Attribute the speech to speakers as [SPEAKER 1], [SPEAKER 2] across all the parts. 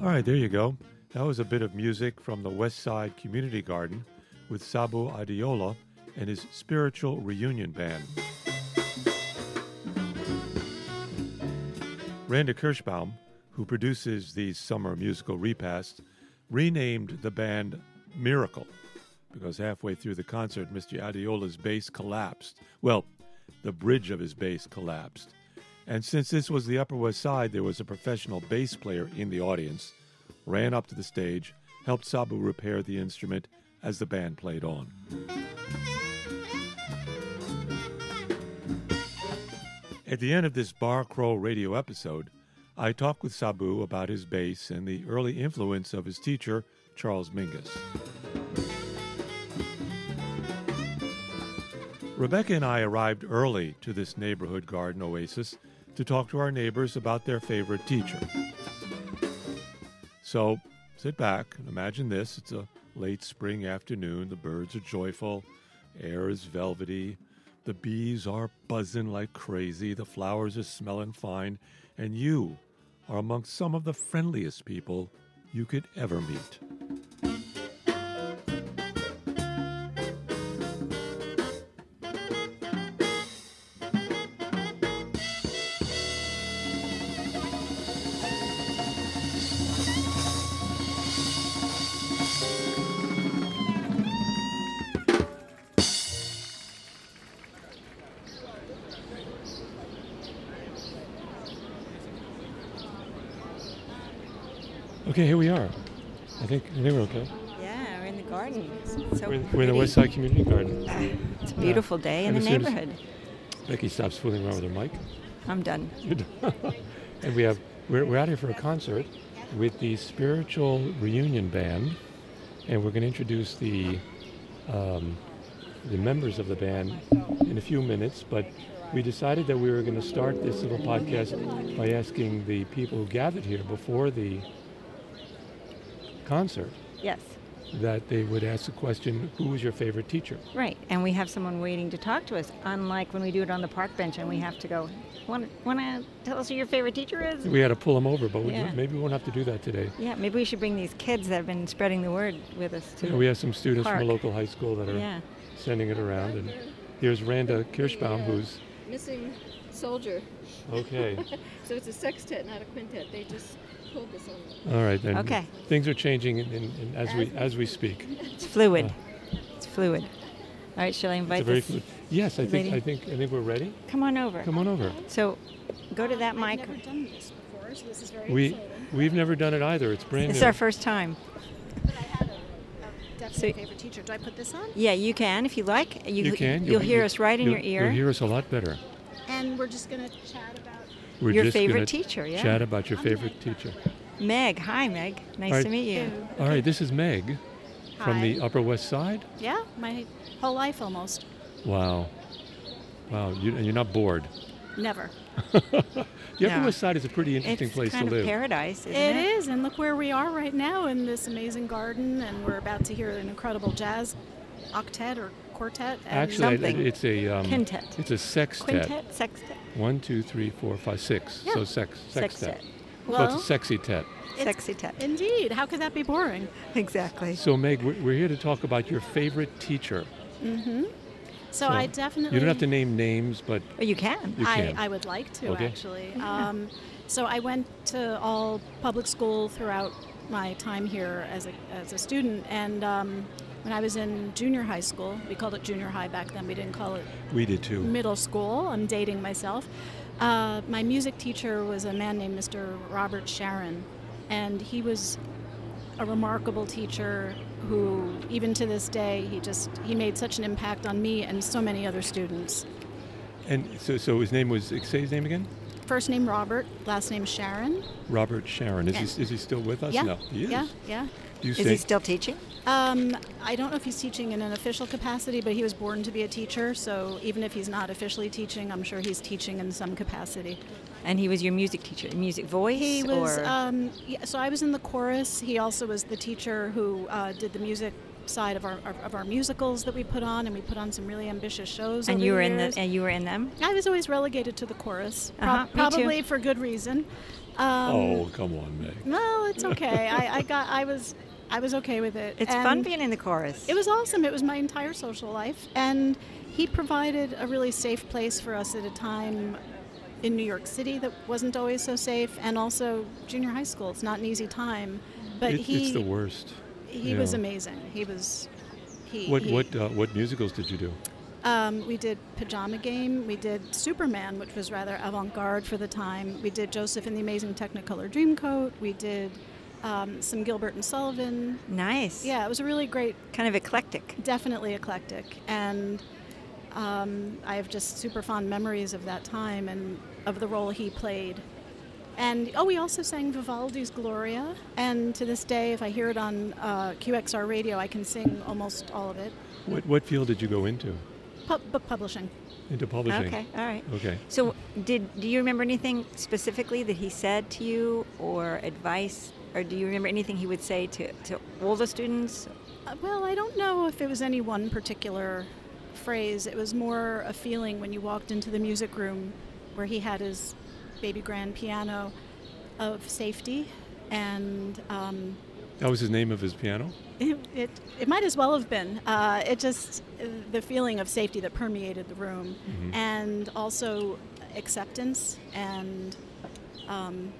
[SPEAKER 1] right, there you go. That was a bit of music from the West Side Community Garden with Sabu Adiola and his Spiritual Reunion Band. Randa Kirschbaum, who produces these summer musical repasts, renamed the band Miracle because halfway through the concert, Mr. Adiola's bass collapsed. Well, the bridge of his bass collapsed. And since this was the Upper West Side, there was a professional bass player in the audience, ran up to the stage, helped Sabu repair the instrument as the band played on. At the end of this Bar Crawl radio episode, I talk with Sabu about his bass and the early influence of his teacher, Charles Mingus. Rebecca and I arrived early to this neighborhood garden oasis to talk to our neighbors about their favorite teacher. So sit back and imagine this. It's a late spring afternoon. The birds are joyful, air is velvety, the bees are buzzing like crazy, the flowers are smelling fine, and you are amongst some of the friendliest people you could ever meet. Okay, here we are. I think, I think we're okay.
[SPEAKER 2] Yeah, we're in the garden. It's so
[SPEAKER 1] We're, we're in the West Side Community Garden.
[SPEAKER 2] It's a beautiful day in
[SPEAKER 1] And
[SPEAKER 2] the
[SPEAKER 1] as soon as-
[SPEAKER 2] neighborhood.
[SPEAKER 1] Becky stops fooling around with her mic.
[SPEAKER 2] I'm done.
[SPEAKER 1] and we have we're, we're out here for a concert with the spiritual reunion band and we're going to introduce the um, the members of the band in a few minutes but we decided that we were going to start this little podcast by asking the people who gathered here before the concert
[SPEAKER 2] Yes,
[SPEAKER 1] that they would ask the question who was your favorite teacher
[SPEAKER 2] right. And we have someone waiting to talk to us, unlike when we do it on the park bench and we have to go, want to tell us who your favorite teacher is?
[SPEAKER 1] we had to pull them over but we,
[SPEAKER 2] Yeah.
[SPEAKER 1] maybe we won't have to do that today
[SPEAKER 2] Yeah, maybe we should bring these kids that have been spreading the word with us
[SPEAKER 1] You know,
[SPEAKER 2] too.
[SPEAKER 1] we have some students from
[SPEAKER 2] Park.
[SPEAKER 1] a local high school that are
[SPEAKER 2] Yeah.
[SPEAKER 1] sending it around. And here's Randa Kirschbaum,
[SPEAKER 3] Yeah.
[SPEAKER 1] who's
[SPEAKER 3] Missing Soldier.
[SPEAKER 1] okay.
[SPEAKER 3] So it's a sextet, not a quintet. They just pulled this on.
[SPEAKER 1] All right then.
[SPEAKER 2] Okay.
[SPEAKER 1] Things are changing in, in, in, as we as we speak.
[SPEAKER 2] It's fluid. It's fluid. All right, shall I
[SPEAKER 1] It's a
[SPEAKER 2] invite
[SPEAKER 1] very
[SPEAKER 2] this?
[SPEAKER 1] fluid. Yes, I think
[SPEAKER 2] Ready?
[SPEAKER 1] I think I think we're ready.
[SPEAKER 2] Come on over.
[SPEAKER 1] Come on over.
[SPEAKER 2] So go to that
[SPEAKER 4] I've
[SPEAKER 2] mic.
[SPEAKER 4] never done this before, so this is very
[SPEAKER 1] We
[SPEAKER 4] exciting.
[SPEAKER 1] we've never done it either. It's brand
[SPEAKER 2] It's
[SPEAKER 1] new.
[SPEAKER 2] our first time.
[SPEAKER 4] But I had a, a
[SPEAKER 2] So-
[SPEAKER 4] definite favorite teacher. Do I put this on?
[SPEAKER 2] Yeah, you can if you like. You,
[SPEAKER 1] you can.
[SPEAKER 2] You'll, hear us right in
[SPEAKER 1] you'll-
[SPEAKER 2] your ear.
[SPEAKER 1] You'll hear us a lot better.
[SPEAKER 4] And we're just going to chat about.
[SPEAKER 1] We're
[SPEAKER 2] Your
[SPEAKER 1] just
[SPEAKER 2] favorite
[SPEAKER 1] gonna
[SPEAKER 2] teacher, yeah.
[SPEAKER 1] Chat about your favorite teacher.
[SPEAKER 2] Meg, hi Meg. Nice
[SPEAKER 1] Alright.
[SPEAKER 2] to meet you.
[SPEAKER 1] All right. This is Meg from the
[SPEAKER 4] Hi.
[SPEAKER 1] Upper West Side.
[SPEAKER 4] Yeah, my whole life almost.
[SPEAKER 1] Wow. Wow. You, and you're not bored.
[SPEAKER 4] Never.
[SPEAKER 1] The Upper
[SPEAKER 2] No.
[SPEAKER 1] West Side is a pretty interesting
[SPEAKER 2] It's
[SPEAKER 1] place
[SPEAKER 2] kind
[SPEAKER 1] to
[SPEAKER 2] of
[SPEAKER 1] live.
[SPEAKER 2] paradise, isn't
[SPEAKER 4] It
[SPEAKER 2] it?
[SPEAKER 4] is, and look where we are right now in this amazing garden, and we're about to hear an incredible jazz octet or quartet. And
[SPEAKER 1] Actually, it-
[SPEAKER 2] something.
[SPEAKER 1] it's a um,
[SPEAKER 2] Quintet.
[SPEAKER 1] It's a sextet.
[SPEAKER 2] Quintet, sextet,
[SPEAKER 1] One, two, three, four, five, six.
[SPEAKER 4] Yeah.
[SPEAKER 1] So sex sextet.
[SPEAKER 2] Sextet.
[SPEAKER 1] so
[SPEAKER 4] Well-
[SPEAKER 1] it's a sexy tet.
[SPEAKER 4] it's-
[SPEAKER 2] sexy tet.
[SPEAKER 4] indeed, how could that be boring?
[SPEAKER 2] Exactly.
[SPEAKER 1] So Meg, we're, we're here to talk about your favorite teacher.
[SPEAKER 4] So,
[SPEAKER 1] So
[SPEAKER 4] I definitely.
[SPEAKER 1] You don't have to name names, but
[SPEAKER 2] Or you can.
[SPEAKER 1] You
[SPEAKER 4] I,
[SPEAKER 1] can.
[SPEAKER 4] I would like to
[SPEAKER 1] Okay.
[SPEAKER 4] actually. Um, so I went to all public school throughout my time here as a, as a student, and um, when I was in junior high school, we called it junior high back then. We didn't call it
[SPEAKER 1] we did too.
[SPEAKER 4] middle school. I'm dating myself. Uh, my music teacher was a man named Mr. Robert Sharon, and he was a remarkable teacher who, even to this day, he just he made such an impact on me and so many other students.
[SPEAKER 1] And so, so his name was say his name again.
[SPEAKER 4] First name Robert, last name Sharon.
[SPEAKER 1] Robert Sharon. Is
[SPEAKER 4] Yes.
[SPEAKER 1] he is he still with us?
[SPEAKER 4] yeah.
[SPEAKER 1] No, he is.
[SPEAKER 4] Yeah, yeah.
[SPEAKER 1] Do you
[SPEAKER 2] Is
[SPEAKER 1] say
[SPEAKER 2] he still teaching?
[SPEAKER 4] Um, I don't know if he's teaching in an official capacity, but he was born to be a teacher, so even if he's not officially teaching, I'm sure he's teaching in some capacity.
[SPEAKER 2] And he was your music teacher, music voice
[SPEAKER 4] He was,
[SPEAKER 2] or
[SPEAKER 4] um, yeah, so I was in the chorus. He also was the teacher who uh, did the music side of our of our musicals that we put on, and we put on some really ambitious shows.
[SPEAKER 2] and
[SPEAKER 4] over
[SPEAKER 2] you
[SPEAKER 4] the
[SPEAKER 2] were in
[SPEAKER 4] years.
[SPEAKER 2] the and you were in them?
[SPEAKER 4] I was always relegated to the chorus, pro-
[SPEAKER 2] Uh-huh, me too.
[SPEAKER 4] probably for good reason. Um,
[SPEAKER 1] oh, come on, Meg.
[SPEAKER 4] No, it's okay. I, I got. I was. I was okay with it.
[SPEAKER 2] It's fun
[SPEAKER 4] And
[SPEAKER 2] being in the chorus.
[SPEAKER 4] It was awesome. It was my entire social life, and he provided a really safe place for us at a time in New York City that wasn't always so safe, and also junior high school. It's not an easy time, but
[SPEAKER 1] It-
[SPEAKER 4] he
[SPEAKER 1] it's the worst.
[SPEAKER 4] he
[SPEAKER 1] yeah.
[SPEAKER 4] was amazing. He was. He,
[SPEAKER 1] What
[SPEAKER 4] he-
[SPEAKER 1] what uh, what musicals did you do?
[SPEAKER 4] Um, we did Pajama Game. We did Superman, which was rather avant-garde for the time. We did Joseph and the Amazing Technicolor Dreamcoat. We did um, some Gilbert and Sullivan.
[SPEAKER 2] nice.
[SPEAKER 4] Yeah, it was a really great,
[SPEAKER 2] Kind of eclectic.
[SPEAKER 4] definitely eclectic, and um, I have just super fond memories of that time and of the role he played. And oh, we also sang Vivaldi's Gloria, and to this day, if I hear it on uh, QXR radio, I can sing almost all of it.
[SPEAKER 1] What what field did you go into?
[SPEAKER 4] Pub book publishing.
[SPEAKER 1] Into publishing.
[SPEAKER 2] Okay. All right.
[SPEAKER 1] Okay.
[SPEAKER 2] So, did do you remember anything specifically that he said to you, or advice, or do you remember anything he would say to to older students?
[SPEAKER 4] Uh, Well, I don't know if it was any one particular phrase. It was more a feeling when you walked into the music room where he had his baby grand piano of safety. And um,
[SPEAKER 1] That was his name of his piano.
[SPEAKER 4] it, it, it might as well have been. Uh, it just, the feeling of safety that permeated the room. And also acceptance. And um,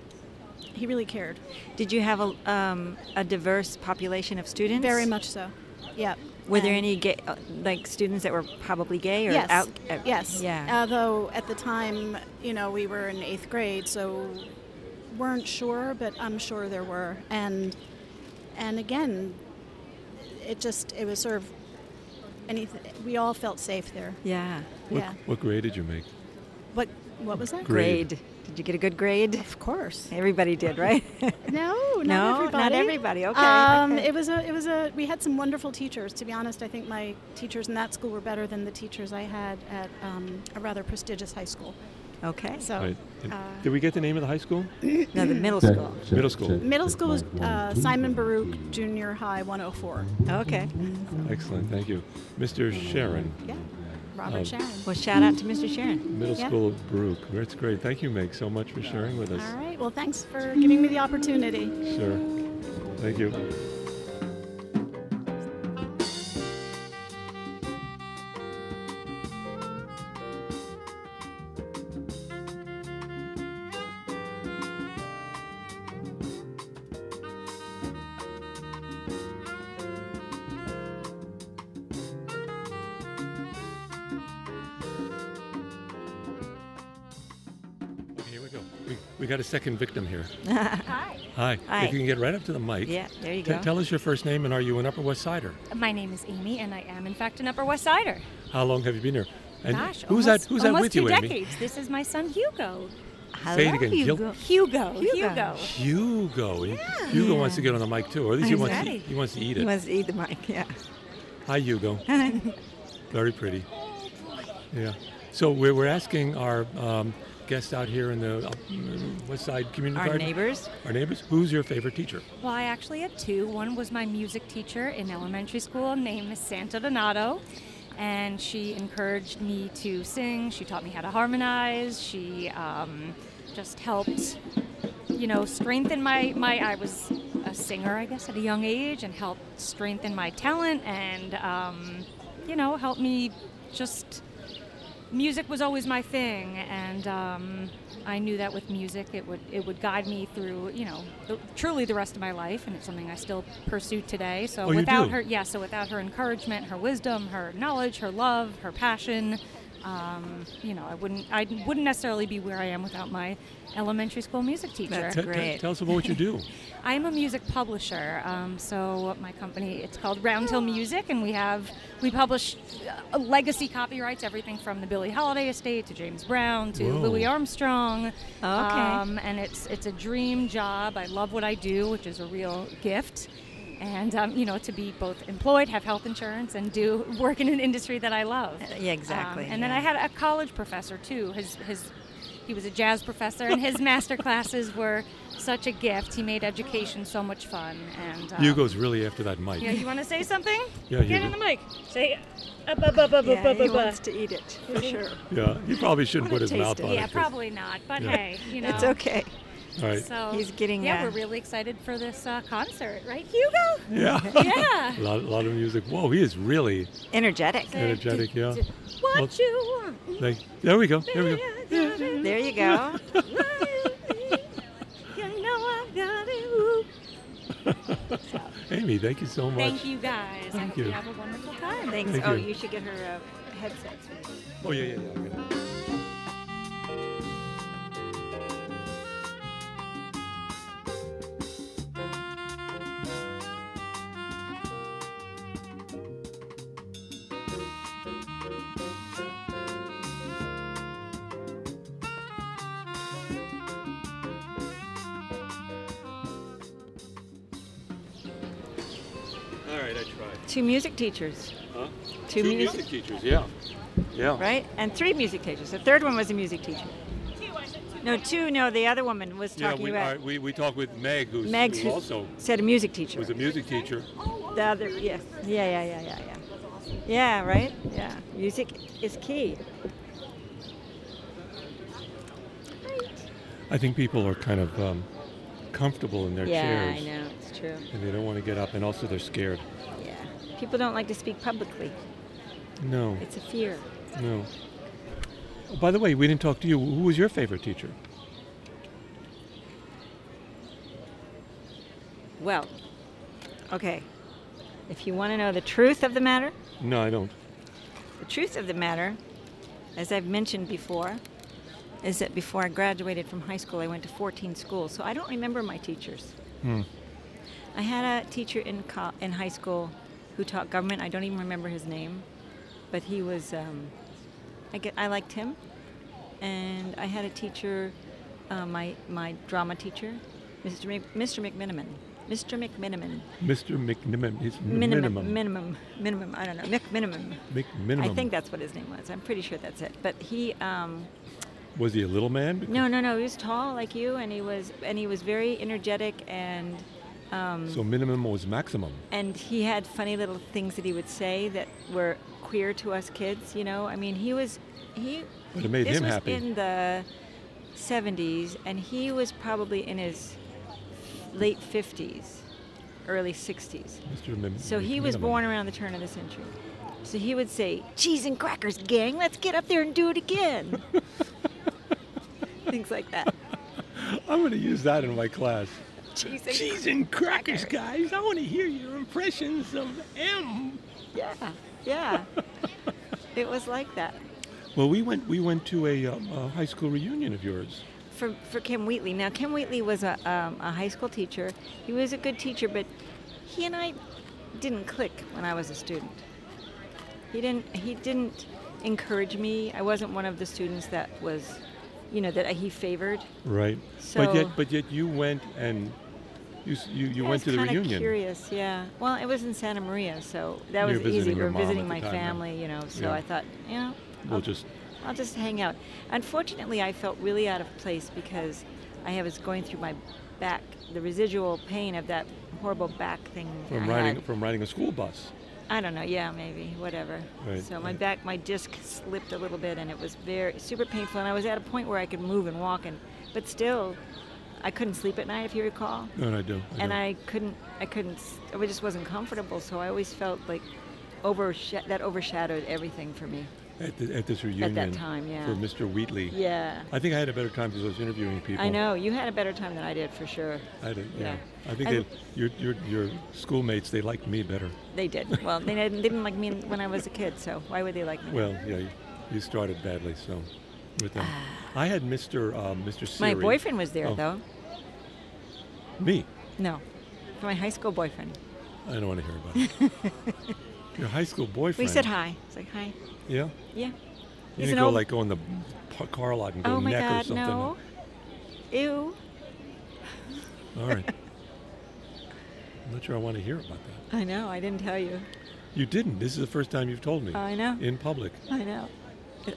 [SPEAKER 4] he really cared.
[SPEAKER 2] Did you have a um, a diverse population of students?
[SPEAKER 4] Very much so. Yeah.
[SPEAKER 2] Were there
[SPEAKER 4] And-
[SPEAKER 2] any gay, uh, like students that were probably gay or
[SPEAKER 4] yes.
[SPEAKER 2] out? uh,
[SPEAKER 4] yes.
[SPEAKER 2] Yeah.
[SPEAKER 4] Although at the time, you know, we were in eighth grade, so weren't sure, but I'm sure there were. And and again, it just it was sort of anything. We all felt safe there.
[SPEAKER 2] yeah.
[SPEAKER 1] What,
[SPEAKER 4] yeah.
[SPEAKER 1] What grade did you make?
[SPEAKER 4] What what was that?
[SPEAKER 1] Grade.
[SPEAKER 2] Did you get a good grade?
[SPEAKER 4] Of course.
[SPEAKER 2] Everybody did, right?
[SPEAKER 4] No, not
[SPEAKER 2] No, not
[SPEAKER 4] everybody.
[SPEAKER 2] everybody. Okay,
[SPEAKER 4] Um,
[SPEAKER 2] okay.
[SPEAKER 4] It was a. It was a. We had some wonderful teachers. To be honest, I think my teachers in that school were better than the teachers I had at um, a rather prestigious high school.
[SPEAKER 2] okay.
[SPEAKER 4] So.
[SPEAKER 1] Right. And
[SPEAKER 4] uh,
[SPEAKER 1] did we get the name of the high school?
[SPEAKER 2] No, the middle school.
[SPEAKER 1] Middle school.
[SPEAKER 4] Middle school was uh, Simon Baruch Junior High 104.
[SPEAKER 2] Okay.
[SPEAKER 1] Excellent. Thank you, Mr. Sharon.
[SPEAKER 4] Yeah, Robert
[SPEAKER 1] Um,
[SPEAKER 4] Sharon.
[SPEAKER 2] Well, shout out to Mr. Sharon.
[SPEAKER 1] Middle
[SPEAKER 4] Yeah.
[SPEAKER 1] School Baruch. That's great. Thank you, Meg, so much for sharing with us.
[SPEAKER 4] All right. Well, thanks for giving me the opportunity.
[SPEAKER 1] Sure. Thank you. Okay, here we go. We, we got a second victim here.
[SPEAKER 5] Hi,
[SPEAKER 1] Hi.
[SPEAKER 2] Hi.
[SPEAKER 1] If you can get right up to the mic.
[SPEAKER 2] Yeah. There you
[SPEAKER 1] T-
[SPEAKER 2] go.
[SPEAKER 1] tell us your first name and are you an Upper West Sider?
[SPEAKER 5] my name is Amy, and I am in fact an Upper West Sider.
[SPEAKER 1] How long have you been here? And
[SPEAKER 5] Gosh,
[SPEAKER 1] who's
[SPEAKER 5] almost,
[SPEAKER 1] that? Who's that
[SPEAKER 5] almost
[SPEAKER 1] with
[SPEAKER 5] two
[SPEAKER 1] you, Amy?
[SPEAKER 5] decades. This is my son Hugo.
[SPEAKER 2] Hello,
[SPEAKER 1] Say it again, Gil-
[SPEAKER 2] Hugo.
[SPEAKER 5] Hugo.
[SPEAKER 2] Hugo.
[SPEAKER 5] Hugo.
[SPEAKER 1] Hugo. He- Hugo wants to get on the mic too, or at least he
[SPEAKER 2] I'm
[SPEAKER 1] wants, to,
[SPEAKER 2] ready.
[SPEAKER 1] he wants to eat
[SPEAKER 2] You
[SPEAKER 1] it.
[SPEAKER 2] must eat the mic. Yeah.
[SPEAKER 1] Hi, Hugo. Very pretty. Yeah. So we're, we're asking our um, guests out here in the uh, West Side Community
[SPEAKER 2] Our
[SPEAKER 1] Garden,
[SPEAKER 2] neighbors.
[SPEAKER 1] our neighbors, who's your favorite teacher?
[SPEAKER 5] Well, I actually had two. One was my music teacher in elementary school named Miss Santa Donato, and she encouraged me to sing. She taught me how to harmonize. She um, just helped, you know, strengthen my, my. I was a singer, I guess, at a young age, and helped strengthen my talent and, um, you know, helped me just. Music was always my thing, and um, I knew that with music, it would it would guide me through, you know, the, truly the rest of my life, and it's something I still pursue today. So
[SPEAKER 1] Oh, you
[SPEAKER 5] without
[SPEAKER 1] do?
[SPEAKER 5] her, yeah, so without her encouragement, her wisdom, her knowledge, her love, her passion, um, you know, I wouldn't I wouldn't necessarily be where I am without my elementary school music teacher.
[SPEAKER 2] That's
[SPEAKER 1] Te- te-
[SPEAKER 2] Great.
[SPEAKER 1] tell us about what you do.
[SPEAKER 5] I am a music publisher, um, so my company it's called Roundhill Music, and we have we publish uh, legacy copyrights, everything from the Billie Holiday estate to James Brown to
[SPEAKER 1] Whoa.
[SPEAKER 5] Louis Armstrong. Okay,
[SPEAKER 2] Okay.
[SPEAKER 5] and it's it's a dream job. I love what I do, which is a real gift. And um, you know, to be both employed, have health insurance, and do work in an industry that I love. Um,
[SPEAKER 2] yeah, exactly,
[SPEAKER 5] and then
[SPEAKER 2] yeah.
[SPEAKER 5] I had a college professor too. His his he was a jazz professor, and his master classes were such a gift. He made education so much fun. And um,
[SPEAKER 1] Hugo's really after that mic.
[SPEAKER 5] yeah, you want to say something?
[SPEAKER 1] Yeah,
[SPEAKER 5] Get
[SPEAKER 1] Hugo.
[SPEAKER 5] in the mic. Say. Uh, bu- bu- bu- bu-
[SPEAKER 2] Yeah,
[SPEAKER 5] bu-
[SPEAKER 2] he
[SPEAKER 5] bu- bu.
[SPEAKER 2] wants to eat it for sure.
[SPEAKER 1] Yeah, he probably shouldn't
[SPEAKER 2] Wanna
[SPEAKER 1] put his
[SPEAKER 2] taste
[SPEAKER 1] mouth
[SPEAKER 2] it.
[SPEAKER 1] on it.
[SPEAKER 5] yeah,
[SPEAKER 1] 'cause-
[SPEAKER 5] probably not. But
[SPEAKER 1] Yeah.
[SPEAKER 5] hey, you know.
[SPEAKER 2] It's okay.
[SPEAKER 1] All right.
[SPEAKER 5] So
[SPEAKER 2] He's getting,
[SPEAKER 5] Yeah,
[SPEAKER 2] uh,
[SPEAKER 5] we're really excited for this uh, concert, right, Hugo?
[SPEAKER 1] yeah.
[SPEAKER 5] Yeah.
[SPEAKER 1] a, lot, a lot of music. Whoa, he is really
[SPEAKER 2] Energetic.
[SPEAKER 1] energetic. Yeah.
[SPEAKER 5] What
[SPEAKER 1] Well-
[SPEAKER 5] you want?
[SPEAKER 1] Like, there we go. There we go.
[SPEAKER 2] There you go.
[SPEAKER 5] You know I got it. Ooh.
[SPEAKER 1] Amy, thank you so much.
[SPEAKER 5] Thank you guys. I
[SPEAKER 1] Thank
[SPEAKER 5] hope
[SPEAKER 1] you.
[SPEAKER 5] you have a wonderful time.
[SPEAKER 2] Thanks.
[SPEAKER 1] Thank
[SPEAKER 2] oh,
[SPEAKER 1] you.
[SPEAKER 2] you. should get her uh, headsets.
[SPEAKER 1] Oh yeah, yeah, yeah. okay. All right, I tried.
[SPEAKER 2] Two music teachers,
[SPEAKER 1] Huh?
[SPEAKER 2] Two music-
[SPEAKER 1] teachers, yeah. Yeah.
[SPEAKER 2] right? And three music teachers. The third one was a music teacher. No, two. No, the other woman was
[SPEAKER 1] Yeah,
[SPEAKER 2] talking
[SPEAKER 1] we,
[SPEAKER 2] about.
[SPEAKER 1] I, we, we talked with Meg, who's,
[SPEAKER 2] Meg
[SPEAKER 1] who
[SPEAKER 2] who
[SPEAKER 1] also
[SPEAKER 2] said a music teacher.
[SPEAKER 1] was a music teacher.
[SPEAKER 2] The other, yes. Yeah, yeah, yeah, yeah, yeah. Yeah, right? Yeah. Music is key.
[SPEAKER 1] I think people are kind of um, comfortable in their
[SPEAKER 2] yeah,
[SPEAKER 1] chairs,
[SPEAKER 2] I know. It's true.
[SPEAKER 1] and they don't want to get up, and also they're scared.
[SPEAKER 2] Yeah. People don't like to speak publicly.
[SPEAKER 1] No,
[SPEAKER 2] It's a fear.
[SPEAKER 1] no. By the way, we didn't talk to you. Who was your favorite teacher?
[SPEAKER 2] Well, okay. If you want to know the truth of the matter,
[SPEAKER 1] No, I don't.
[SPEAKER 2] the truth of the matter, as I've mentioned before, is that before I graduated from high school, I went to 14 schools, so I don't remember my teachers. I had a teacher in co- in high school who taught government. I don't even remember his name, but he was. Um, I get. I liked him, and I had a teacher, uh, my my drama teacher, Mr. Mc, Mr. McMiniman. Mr. McMiniman.
[SPEAKER 1] Mr. McNimim. He's
[SPEAKER 2] Minimum.
[SPEAKER 1] minimum.
[SPEAKER 2] Minimum. Minimum. I don't know. McMinimum.
[SPEAKER 1] McMinimum.
[SPEAKER 2] I think that's what his name was. I'm pretty sure that's it. But he. Um,
[SPEAKER 1] was he a little man?
[SPEAKER 2] no, no, no. He was tall like you, and he was and he was very energetic and. um,
[SPEAKER 1] So minimum was maximum.
[SPEAKER 2] and he had funny little things that he would say that were queer to us kids you know i mean he was he
[SPEAKER 1] But it made
[SPEAKER 2] this
[SPEAKER 1] him
[SPEAKER 2] was
[SPEAKER 1] happy.
[SPEAKER 2] in the 70s and he was probably in his late 50s early 60s
[SPEAKER 1] Mr. Mim-
[SPEAKER 2] so he was
[SPEAKER 1] McMinimum.
[SPEAKER 2] born around the turn of the century so he would say cheese and crackers gang let's get up there and do it again things like that
[SPEAKER 1] I'm going to use that in my class.
[SPEAKER 2] cheese and
[SPEAKER 1] Cheese and crackers, guys. I want to hear your impressions of M.
[SPEAKER 2] yeah yeah it was like that
[SPEAKER 1] Well, we went we went to a, um, a high school reunion of yours.
[SPEAKER 2] for, for Kim Wheatley. Now, Kim Wheatley was a, um, a high school teacher. He was a good teacher, but he and I didn't click when I was a student. He didn't. He didn't encourage me. I wasn't one of the students that was, you know, that he favored.
[SPEAKER 1] Right. but
[SPEAKER 2] So-
[SPEAKER 1] yet, but yet you went and you s- you, you
[SPEAKER 2] I
[SPEAKER 1] went to
[SPEAKER 2] was
[SPEAKER 1] the
[SPEAKER 2] kinda
[SPEAKER 1] reunion.
[SPEAKER 2] Curious, yeah. Well, it was in Santa Maria, so that
[SPEAKER 1] You
[SPEAKER 2] was
[SPEAKER 1] were visiting
[SPEAKER 2] easy. We
[SPEAKER 1] your
[SPEAKER 2] were
[SPEAKER 1] mom
[SPEAKER 2] visiting
[SPEAKER 1] at
[SPEAKER 2] my
[SPEAKER 1] the time, yeah.
[SPEAKER 2] family, you know. So
[SPEAKER 1] Yeah.
[SPEAKER 2] I thought, yeah,
[SPEAKER 1] We'll
[SPEAKER 2] I'll-
[SPEAKER 1] just-
[SPEAKER 2] I'll just hang out. Unfortunately, I felt really out of place because I was going through my back, the residual pain of that horrible back thing.
[SPEAKER 1] From
[SPEAKER 2] I
[SPEAKER 1] riding
[SPEAKER 2] had.
[SPEAKER 1] from riding a school bus.
[SPEAKER 2] I don't know. Yeah, maybe whatever.
[SPEAKER 1] Right,
[SPEAKER 2] so my
[SPEAKER 1] right.
[SPEAKER 2] back, my disc slipped a little bit, and it was very super painful. And I was at a point where I could move and walk, and but still, I couldn't sleep at night. If you recall
[SPEAKER 1] No, no, I do.
[SPEAKER 2] and
[SPEAKER 1] do.
[SPEAKER 2] I couldn't, I couldn't, s- I just wasn't comfortable. So I always felt like oversha- that overshadowed everything for me.
[SPEAKER 1] at, the, at this reunion
[SPEAKER 2] time, yeah.
[SPEAKER 1] for Mr. Wheatley.
[SPEAKER 2] Yeah,
[SPEAKER 1] I think I had a better time because I was interviewing people.
[SPEAKER 2] I know you had a better time than I did for sure.
[SPEAKER 1] I did, yeah.
[SPEAKER 2] Yeah.
[SPEAKER 1] I think
[SPEAKER 2] And-
[SPEAKER 1] that your, your your schoolmates they liked me better.
[SPEAKER 2] They did. Well, they didn't, they didn't like me when I was a kid, so why would they like me?
[SPEAKER 1] Well, yeah, you- you started badly, so with them. I had Mr. Um, Mr.
[SPEAKER 2] my
[SPEAKER 1] Siri.
[SPEAKER 2] boyfriend was there
[SPEAKER 1] Oh,
[SPEAKER 2] though.
[SPEAKER 1] Me.
[SPEAKER 2] No, my high school boyfriend.
[SPEAKER 1] I don't want to hear about it. Your high school boyfriend.
[SPEAKER 2] We said hi. It's like hi.
[SPEAKER 1] Yeah.
[SPEAKER 2] Yeah.
[SPEAKER 1] You
[SPEAKER 2] He's
[SPEAKER 1] didn't
[SPEAKER 2] an
[SPEAKER 1] go
[SPEAKER 2] old-
[SPEAKER 1] like go in the p- car lot and go
[SPEAKER 2] oh my
[SPEAKER 1] neck or
[SPEAKER 2] God,
[SPEAKER 1] something.
[SPEAKER 2] no. Ew.
[SPEAKER 1] All right. I'm not sure I want to hear about that.
[SPEAKER 2] I know. I didn't tell you.
[SPEAKER 1] You didn't. This is the first time you've told me.
[SPEAKER 2] I know.
[SPEAKER 1] In public.
[SPEAKER 2] I know.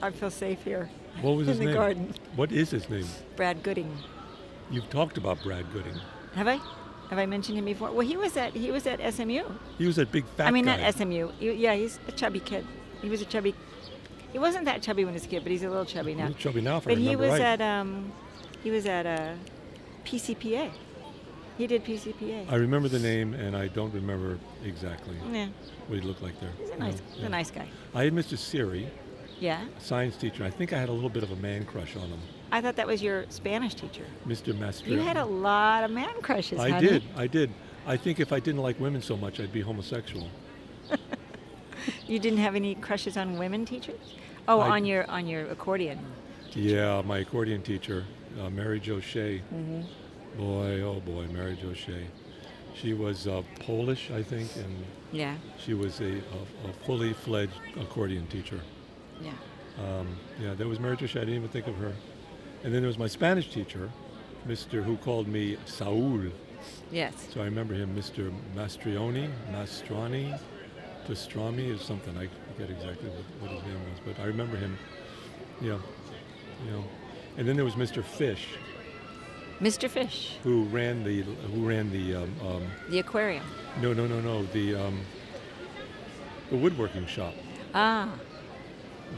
[SPEAKER 2] I feel safe here.
[SPEAKER 1] What was
[SPEAKER 2] In
[SPEAKER 1] his
[SPEAKER 2] the
[SPEAKER 1] name?
[SPEAKER 2] garden.
[SPEAKER 1] What is his name?
[SPEAKER 2] Brad Gooding.
[SPEAKER 1] You've talked about Brad Gooding.
[SPEAKER 2] Have I? Have I mentioned him before? Well, he was at he was at SMU.
[SPEAKER 1] He was that big fat
[SPEAKER 2] I mean,
[SPEAKER 1] guy.
[SPEAKER 2] not SMU. He- yeah, he's a chubby kid. He was a chubby. He wasn't that chubby when he was uh, a kid, but he's a little chubby now.
[SPEAKER 1] Little chubby now, if I
[SPEAKER 2] but he
[SPEAKER 1] remember
[SPEAKER 2] was
[SPEAKER 1] right.
[SPEAKER 2] at um, he was at uh, PCPA. He did PCPA.
[SPEAKER 1] I remember the name, and I don't remember exactly
[SPEAKER 2] yeah,
[SPEAKER 1] what he looked like there.
[SPEAKER 2] Mm. he's a nice,
[SPEAKER 1] No,
[SPEAKER 2] he's
[SPEAKER 1] yeah.
[SPEAKER 2] a nice guy.
[SPEAKER 1] I had Mr. Siri,
[SPEAKER 2] Yeah,
[SPEAKER 1] a science teacher. I think I had a little bit of a man crush on him.
[SPEAKER 2] I thought that was your Spanish teacher.
[SPEAKER 1] Mr. Master.
[SPEAKER 2] You had a lot of man crushes.
[SPEAKER 1] I
[SPEAKER 2] honey.
[SPEAKER 1] did. I did. I think if I didn't like women so much, I'd be homosexual.
[SPEAKER 2] You didn't have any crushes on women teachers? Oh,
[SPEAKER 1] I-
[SPEAKER 2] on your on your accordion.
[SPEAKER 1] Yeah, my accordion teacher, uh, Mary Jo Shea.
[SPEAKER 2] Mm-hmm.
[SPEAKER 1] Boy, oh boy, Mary Jo Shea. She was uh, Polish, I think, and
[SPEAKER 2] Yeah,
[SPEAKER 1] she was a, a, a fully fledged accordion teacher.
[SPEAKER 2] yeah.
[SPEAKER 1] Um, yeah, there was Mary Jo Shea. I didn't even think of her. And then there was my Spanish teacher, Mr. who called me Saul.
[SPEAKER 2] Yes.
[SPEAKER 1] So I remember him, Mr. Mastrioni, Mastrani, Pastrami, or something. I forget exactly what, what his name was, but I remember him. Yeah, you know. And then there was Mr. Fish,
[SPEAKER 2] Mr. Fish,
[SPEAKER 1] who ran the who ran the um, um,
[SPEAKER 2] the aquarium.
[SPEAKER 1] no no no no the um, the woodworking shop,
[SPEAKER 2] Ah,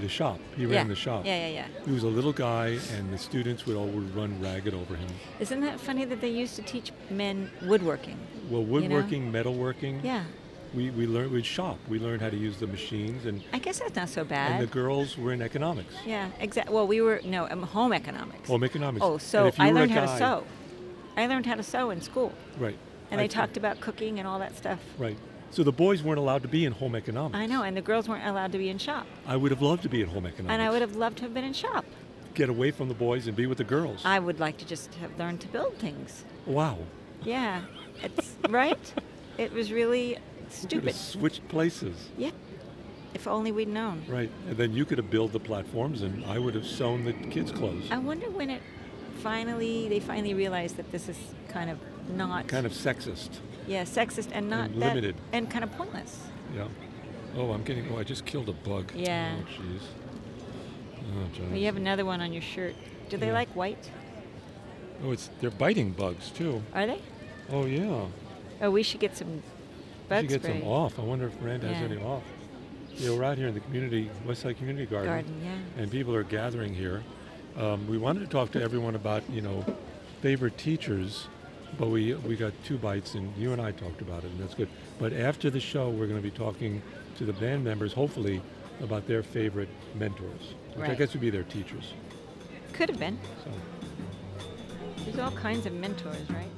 [SPEAKER 1] the shop. He ran
[SPEAKER 2] yeah.
[SPEAKER 1] the shop.
[SPEAKER 2] Yeah, yeah, yeah.
[SPEAKER 1] He was a little guy, and the students would all would run ragged over him.
[SPEAKER 2] Isn't that funny that they used to teach men woodworking?
[SPEAKER 1] Well, woodworking, metalworking.
[SPEAKER 2] Yeah.
[SPEAKER 1] We we learned we'd shop. We learned how to use the machines, and
[SPEAKER 2] I guess that's not so
[SPEAKER 1] and
[SPEAKER 2] bad.
[SPEAKER 1] the girls were in economics.
[SPEAKER 2] yeah, exactly. Well, we were no um, home economics.
[SPEAKER 1] Home economics.
[SPEAKER 2] Oh,
[SPEAKER 1] And
[SPEAKER 2] so
[SPEAKER 1] if you
[SPEAKER 2] I
[SPEAKER 1] were a
[SPEAKER 2] learned how to
[SPEAKER 1] guy-
[SPEAKER 2] sew. I learned how to sew in school,
[SPEAKER 1] Right.
[SPEAKER 2] and
[SPEAKER 1] I
[SPEAKER 2] they
[SPEAKER 1] think-
[SPEAKER 2] talked about cooking and all that stuff.
[SPEAKER 1] Right. So the boys weren't allowed to be in home economics.
[SPEAKER 2] I know, and the girls weren't allowed to be in shop,
[SPEAKER 1] I would have loved to be in home economics.
[SPEAKER 2] and I would have loved to have been in shop.
[SPEAKER 1] get away from the boys and be with the girls.
[SPEAKER 2] I would like to just have learned to build things.
[SPEAKER 1] wow.
[SPEAKER 2] Yeah, it's right. It was really
[SPEAKER 1] Could
[SPEAKER 2] stupid.
[SPEAKER 1] have switched places.
[SPEAKER 2] Yeah, if only we'd known.
[SPEAKER 1] Right. And then you could have built the platforms, and I would have sewn the kids' clothes.
[SPEAKER 2] I wonder when it finally they finally realized that this is kind of not
[SPEAKER 1] Kind of sexist.
[SPEAKER 2] yeah sexist and not
[SPEAKER 1] and
[SPEAKER 2] that-
[SPEAKER 1] limited.
[SPEAKER 2] and kind of pointless.
[SPEAKER 1] Yeah. Oh, I'm getting. Oh, I just killed a bug.
[SPEAKER 2] Yeah.
[SPEAKER 1] Oh, jeez. Oh,
[SPEAKER 2] Well,
[SPEAKER 1] Jonas.
[SPEAKER 2] you have another one on your shirt. Do they
[SPEAKER 1] Yeah.
[SPEAKER 2] like white?
[SPEAKER 1] oh, it's they're biting bugs too.
[SPEAKER 2] Are they?
[SPEAKER 1] Oh yeah.
[SPEAKER 2] Oh, we should get some
[SPEAKER 1] We
[SPEAKER 2] bug
[SPEAKER 1] should get
[SPEAKER 2] spray.
[SPEAKER 1] some off. I wonder if Rand
[SPEAKER 2] Yeah.
[SPEAKER 1] has any off. Yeah, we're out here in the community, Westside Community Garden,
[SPEAKER 2] Garden, yeah.
[SPEAKER 1] and people are gathering here. Um, we wanted to talk to everyone about you know favorite teachers, but we we got two bites, and you and I talked about it, and that's good. But after the show, we're going to be talking to the band members, hopefully, about their favorite mentors, which I
[SPEAKER 2] Right.
[SPEAKER 1] guess would be their teachers.
[SPEAKER 2] Could have been.
[SPEAKER 1] So
[SPEAKER 2] There's all kinds of mentors, right?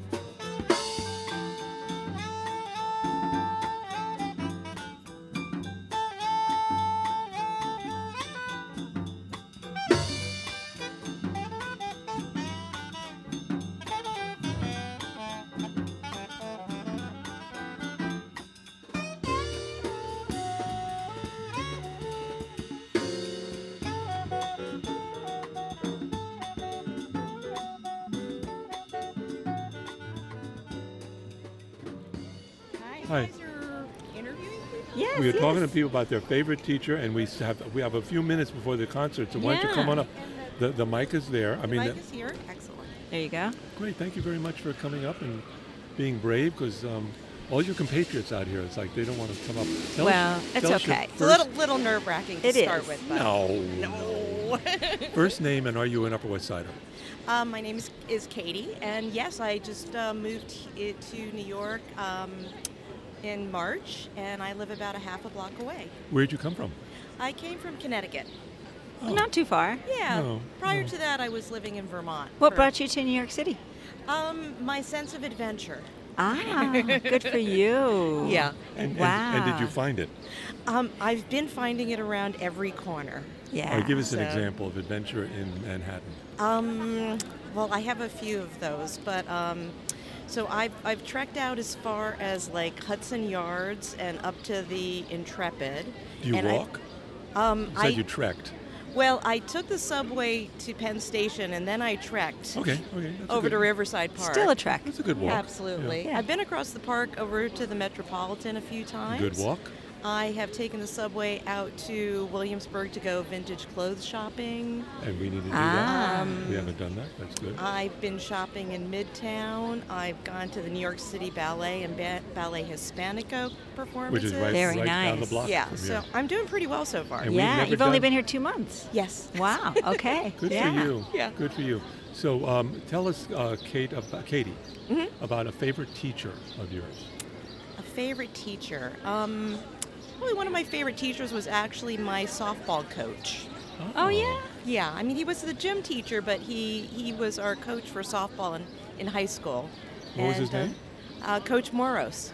[SPEAKER 1] hi.
[SPEAKER 2] Yes.
[SPEAKER 1] We are talking to
[SPEAKER 2] yes.
[SPEAKER 1] people about their favorite teacher, and we s- have we have a few minutes before the concert, so why don't you come
[SPEAKER 2] Yeah.
[SPEAKER 1] on up? The, the mic is there. I mean,
[SPEAKER 6] Mike
[SPEAKER 1] the-
[SPEAKER 6] is here. Excellent.
[SPEAKER 2] There you go.
[SPEAKER 1] great. Thank you very much for coming up and being brave, because um, all your compatriots out here, it's like they don't want to come up. Tell us-
[SPEAKER 2] Well, it's
[SPEAKER 1] tell us your
[SPEAKER 2] okay.
[SPEAKER 6] It's a
[SPEAKER 1] First,
[SPEAKER 6] little little nerve wracking to
[SPEAKER 2] It
[SPEAKER 6] start
[SPEAKER 2] is.
[SPEAKER 6] with. But
[SPEAKER 1] no,
[SPEAKER 6] No.
[SPEAKER 1] First name, and are you an Upper West Sider?
[SPEAKER 6] um, my name is, is Katie, and yes, I just uh, moved he- to New York um, in March, and I live about a half a block away.
[SPEAKER 1] Where'd you come from?
[SPEAKER 6] I came from Connecticut.
[SPEAKER 1] Oh.
[SPEAKER 2] Not too far.
[SPEAKER 6] Yeah.
[SPEAKER 1] No,
[SPEAKER 6] prior
[SPEAKER 1] no.
[SPEAKER 6] to that, I was living in Vermont.
[SPEAKER 2] What
[SPEAKER 6] for-
[SPEAKER 2] brought you to New York City?
[SPEAKER 6] Um, my sense of adventure.
[SPEAKER 2] Ah, good for you.
[SPEAKER 6] Yeah.
[SPEAKER 1] And,
[SPEAKER 2] wow.
[SPEAKER 1] and, and did you find it?
[SPEAKER 6] Um, I've been finding it around every corner.
[SPEAKER 2] Yeah.
[SPEAKER 1] All right, Oh, give us an
[SPEAKER 6] So-
[SPEAKER 1] example of adventure in Manhattan.
[SPEAKER 6] Um, well, I have a few of those, but um, so I've, I've trekked out as far as like Hudson Yards and up to the Intrepid.
[SPEAKER 1] Do you
[SPEAKER 6] And I-
[SPEAKER 1] walk?
[SPEAKER 6] um,
[SPEAKER 1] you
[SPEAKER 6] I,
[SPEAKER 1] said you trekked.
[SPEAKER 6] well, I took the subway to Penn Station and then I trekked
[SPEAKER 1] Okay, okay. that's a
[SPEAKER 6] over
[SPEAKER 1] good-
[SPEAKER 6] to Riverside Park.
[SPEAKER 2] Still a trek.
[SPEAKER 1] That's a good walk.
[SPEAKER 6] Absolutely.
[SPEAKER 2] Yeah.
[SPEAKER 6] I've been across the park over to the Metropolitan a few times.
[SPEAKER 1] Good walk.
[SPEAKER 6] I have taken the subway out to Williamsburg to go vintage clothes shopping.
[SPEAKER 1] And we need to do
[SPEAKER 2] Ah.
[SPEAKER 1] that. We haven't done that. That's good.
[SPEAKER 6] I've been shopping in Midtown. I've gone to the New York City Ballet and ba- Ballet Hispanico
[SPEAKER 1] Which
[SPEAKER 6] performances.
[SPEAKER 1] is right,
[SPEAKER 2] Very
[SPEAKER 1] right down the
[SPEAKER 2] nice.
[SPEAKER 1] block.
[SPEAKER 6] Yeah,
[SPEAKER 1] from
[SPEAKER 6] so
[SPEAKER 1] here.
[SPEAKER 6] I'm doing pretty well so far.
[SPEAKER 1] And we
[SPEAKER 2] yeah,
[SPEAKER 1] never
[SPEAKER 2] you've only
[SPEAKER 1] done-
[SPEAKER 2] been here two months.
[SPEAKER 6] yes.
[SPEAKER 2] Wow. Okay.
[SPEAKER 1] Good
[SPEAKER 2] yeah.
[SPEAKER 1] for you.
[SPEAKER 6] Yeah.
[SPEAKER 1] Good for you. So um, tell us, uh, Kate, about, Katie,
[SPEAKER 6] Mm-hmm.
[SPEAKER 1] about a favorite teacher of yours.
[SPEAKER 6] A favorite teacher. Um, probably one of my favorite teachers was actually my softball coach.
[SPEAKER 5] Oh, yeah.
[SPEAKER 6] Yeah, I mean he was the gym teacher, but he he was our coach for softball in, in high school.
[SPEAKER 1] What was his
[SPEAKER 6] uh,
[SPEAKER 1] name? Hmm.
[SPEAKER 6] Uh, coach Moros,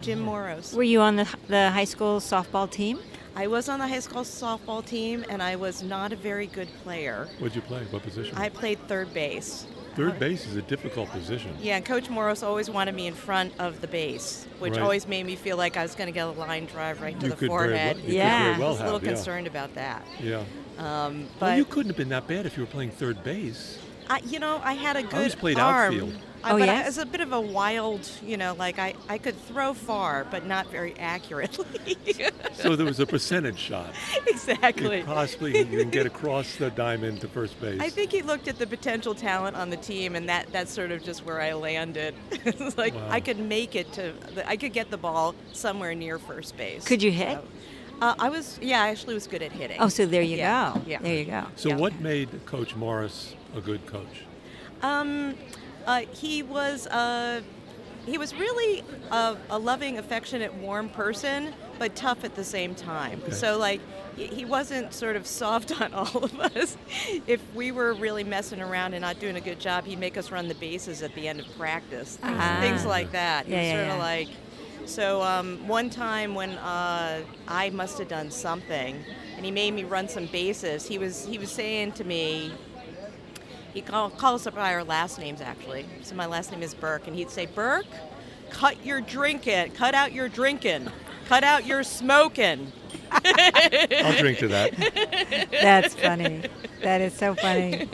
[SPEAKER 6] Jim Moros.
[SPEAKER 2] Were you on the, the high school softball team?
[SPEAKER 6] I was on the high school softball team, and I was not a very good player.
[SPEAKER 1] What'd you play? What position?
[SPEAKER 6] I played third base.
[SPEAKER 1] Third base is a difficult position.
[SPEAKER 6] Yeah, and Coach Moros always wanted me in front of the base, which
[SPEAKER 1] Right.
[SPEAKER 6] always made me feel like I was going to get a line drive right to
[SPEAKER 1] You
[SPEAKER 6] the
[SPEAKER 1] could very well-
[SPEAKER 6] forehead.
[SPEAKER 1] you
[SPEAKER 2] could Yeah. very
[SPEAKER 6] I
[SPEAKER 1] well
[SPEAKER 6] was a little
[SPEAKER 1] have, yeah.
[SPEAKER 6] concerned about that.
[SPEAKER 1] Yeah.
[SPEAKER 6] Um, but
[SPEAKER 1] well, you couldn't have been that bad if you were playing third base.
[SPEAKER 6] I, you know, I had a good
[SPEAKER 1] always played
[SPEAKER 6] arm.
[SPEAKER 1] outfield.
[SPEAKER 6] I,
[SPEAKER 2] Oh,
[SPEAKER 6] but I
[SPEAKER 2] yes?
[SPEAKER 6] was a bit of a wild, you know, like I, I could throw far, but not very accurately.
[SPEAKER 1] So there was a percentage shot.
[SPEAKER 6] exactly.
[SPEAKER 1] If possibly you can get across the diamond to first base.
[SPEAKER 6] I think he looked at the potential talent on the team, and that, that's sort of just where I landed. it's like
[SPEAKER 1] Wow.
[SPEAKER 6] I could make it to, the, I could get the ball somewhere near first base.
[SPEAKER 2] Could you hit?
[SPEAKER 6] So, uh, I was, yeah, I actually was good at hitting.
[SPEAKER 2] Oh, so there you
[SPEAKER 6] Yeah,
[SPEAKER 2] go.
[SPEAKER 6] Yeah.
[SPEAKER 2] There you go.
[SPEAKER 1] so
[SPEAKER 6] yeah.
[SPEAKER 1] what made Coach Morris a good coach?
[SPEAKER 6] Um, uh, he was uh, he was really a, a loving, affectionate, warm person, but tough at the same time.
[SPEAKER 1] Okay.
[SPEAKER 6] So like. he- He wasn't sort of soft on all of us. If we were really messing around and not doing a good job, he'd make us run the bases at the end of practice. Things,
[SPEAKER 2] Ah.
[SPEAKER 6] things like that. He
[SPEAKER 2] Yeah,
[SPEAKER 6] was
[SPEAKER 2] yeah,
[SPEAKER 6] sort of
[SPEAKER 2] yeah.
[SPEAKER 6] like. So um, one time when uh, I must have done something, and he made me run some bases. He was he was saying to me, he call, call us up by our last names actually. So my last name is Burke, and he'd say, Burke, cut your drinking, cut out your drinking, cut out your smoking.
[SPEAKER 1] I'll drink to that.
[SPEAKER 2] That's funny. That is so funny.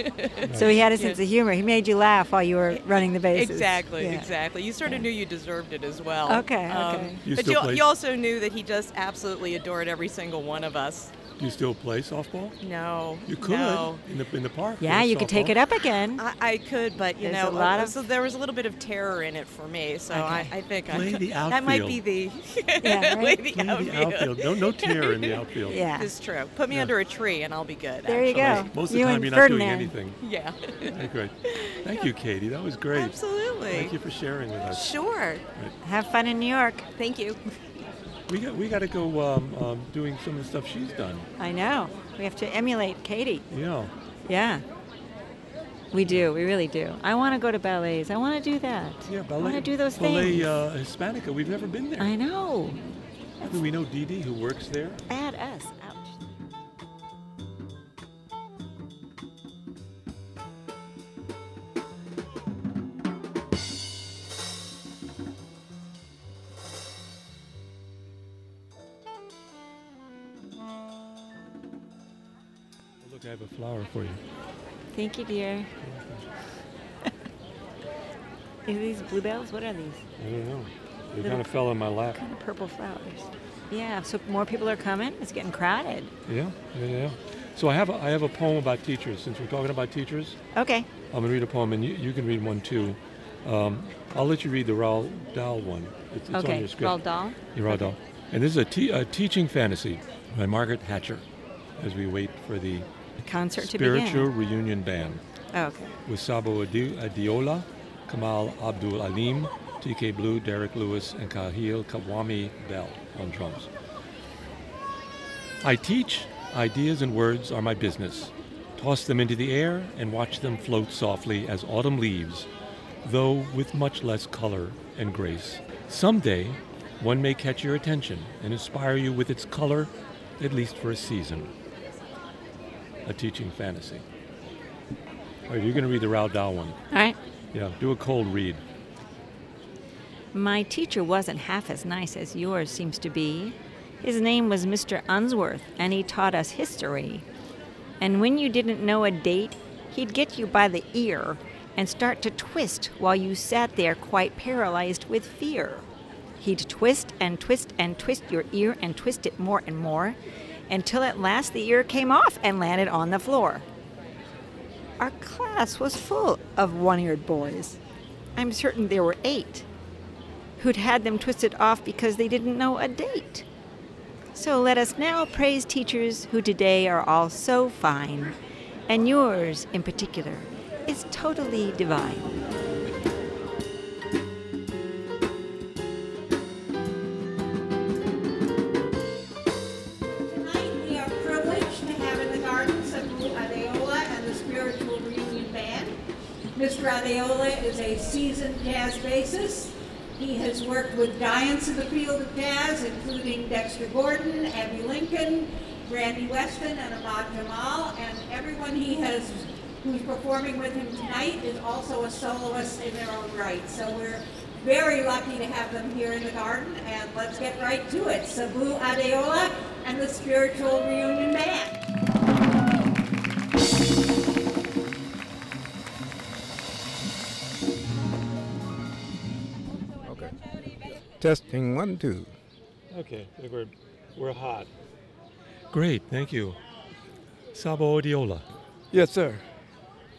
[SPEAKER 2] So he had a sense of humor. He made you laugh while you were running the bases.
[SPEAKER 6] Exactly,
[SPEAKER 2] Yeah.
[SPEAKER 6] exactly. You sort of knew you deserved it as well. Um,
[SPEAKER 2] Okay, okay.
[SPEAKER 1] You
[SPEAKER 6] but
[SPEAKER 1] still
[SPEAKER 6] you,
[SPEAKER 1] play-
[SPEAKER 6] you also knew that he just absolutely adored every single one of us.
[SPEAKER 1] Do you still play softball?
[SPEAKER 6] No,
[SPEAKER 1] You could
[SPEAKER 6] No.
[SPEAKER 1] in the in the park.
[SPEAKER 2] Yeah,
[SPEAKER 1] there's
[SPEAKER 2] you could take
[SPEAKER 1] softball.
[SPEAKER 2] it up again.
[SPEAKER 6] I, I could, but you
[SPEAKER 2] There's
[SPEAKER 6] know,
[SPEAKER 2] a lot
[SPEAKER 6] uh,
[SPEAKER 2] of-
[SPEAKER 6] so there was a little bit of terror in it for me. So I,
[SPEAKER 2] Okay.
[SPEAKER 6] I think
[SPEAKER 1] Play
[SPEAKER 6] I,
[SPEAKER 1] the
[SPEAKER 6] that might be
[SPEAKER 1] outfield.
[SPEAKER 6] the
[SPEAKER 2] Yeah,
[SPEAKER 6] play
[SPEAKER 2] right?
[SPEAKER 6] the
[SPEAKER 1] Play the outfield. No, no tear in the outfield.
[SPEAKER 2] Yeah.
[SPEAKER 6] It's true. Put me
[SPEAKER 1] Yeah.
[SPEAKER 6] under a tree and I'll be good.
[SPEAKER 2] There you
[SPEAKER 1] Nice.
[SPEAKER 2] go.
[SPEAKER 1] Most of the
[SPEAKER 2] You
[SPEAKER 1] time,
[SPEAKER 2] and
[SPEAKER 1] you're not doing
[SPEAKER 2] Ferdinand.
[SPEAKER 1] anything.
[SPEAKER 6] go. Yeah.
[SPEAKER 1] Okay, great. Thank you, Katie. That was great.
[SPEAKER 6] Absolutely.
[SPEAKER 1] Thank you for sharing with us.
[SPEAKER 6] Sure.
[SPEAKER 2] Have fun in New York.
[SPEAKER 6] Thank you.
[SPEAKER 1] We got we got to go um, um, doing some of the stuff she's done.
[SPEAKER 2] I know. We have to emulate Katie.
[SPEAKER 1] Yeah.
[SPEAKER 2] Yeah. We do. We really do. I want to go to ballets. I want to do that.
[SPEAKER 1] Yeah,
[SPEAKER 2] I
[SPEAKER 1] ballet.
[SPEAKER 2] want to do those
[SPEAKER 1] ballet,
[SPEAKER 2] things.
[SPEAKER 1] uh, Hispanica. We've never been there.
[SPEAKER 2] I know.
[SPEAKER 1] We know Dee Dee, who works there.
[SPEAKER 2] Add us. Ouch.
[SPEAKER 1] Look, I have a flower for you.
[SPEAKER 2] Thank you, dear. Are these bluebells? What are these?
[SPEAKER 1] I don't know. They
[SPEAKER 2] Little-
[SPEAKER 1] kind of fell in my lap.
[SPEAKER 2] Kind of purple flowers. Yeah, so more people are coming. It's getting crowded.
[SPEAKER 1] Yeah, yeah, yeah. So I have a, I have a poem about teachers. Since we're talking about teachers,
[SPEAKER 2] Okay.
[SPEAKER 1] I'm gonna read a poem, and you, you can read one too. Um, I'll let you read the Raoul Dahl one. It's, it's on
[SPEAKER 2] okay.
[SPEAKER 1] your script.
[SPEAKER 2] Roald Dahl.
[SPEAKER 1] Yeah, Roald Dahl. And this is a, te- a teaching fantasy by Margaret Hatcher. As we wait for the
[SPEAKER 2] Concert to
[SPEAKER 1] spiritual
[SPEAKER 2] begin.
[SPEAKER 1] reunion band
[SPEAKER 2] Oh, okay.
[SPEAKER 1] with Sabo Adi- Adiola, Kamal Abdul Alim, TK Blue, Derek Lewis, and Kahil Kawami Bell on drums. I teach, ideas and words are my business. Toss them into the air and watch them float softly as autumn leaves, though with much less color and grace. Someday, one may catch your attention and inspire you with its color, at least for a season. A teaching fantasy. All right, you're going to read the Rao Dahl one.
[SPEAKER 2] All right.
[SPEAKER 1] Yeah, do a cold read.
[SPEAKER 2] My teacher wasn't half as nice as yours seems to be. His name was Mr. Unsworth, and he taught us history. And when you didn't know a date, he'd get you by the ear and start to twist while you sat there quite paralyzed with fear. He'd twist and twist and twist your ear and twist it more and more until at last the ear came off and landed on the floor. Our class was full of one eared boys. I'm certain there were eight who'd had them twisted off because they didn't know a date. So let us now praise teachers who today are all so fine, and yours in particular, is totally divine.
[SPEAKER 7] Tonight, we are privileged to have in the gardens of Adeola and the Spiritual Reunion Band. Mr. Adeola is a seasoned jazz bassist. He has worked with giants in the field of jazz, including Dexter Gordon, Abby Lincoln, Randy Weston, and Ahmad Jamal. And everyone he has who's performing with him tonight is also a soloist in their own right. So we're very lucky to have them here in the garden, and let's get right to it. Sabu Adeola and the Spiritual Reunion Band.
[SPEAKER 8] Testing one, two.
[SPEAKER 1] Okay, I think we're, we're hot. Great, thank you. Sabo Odiola,
[SPEAKER 8] Yes, sir.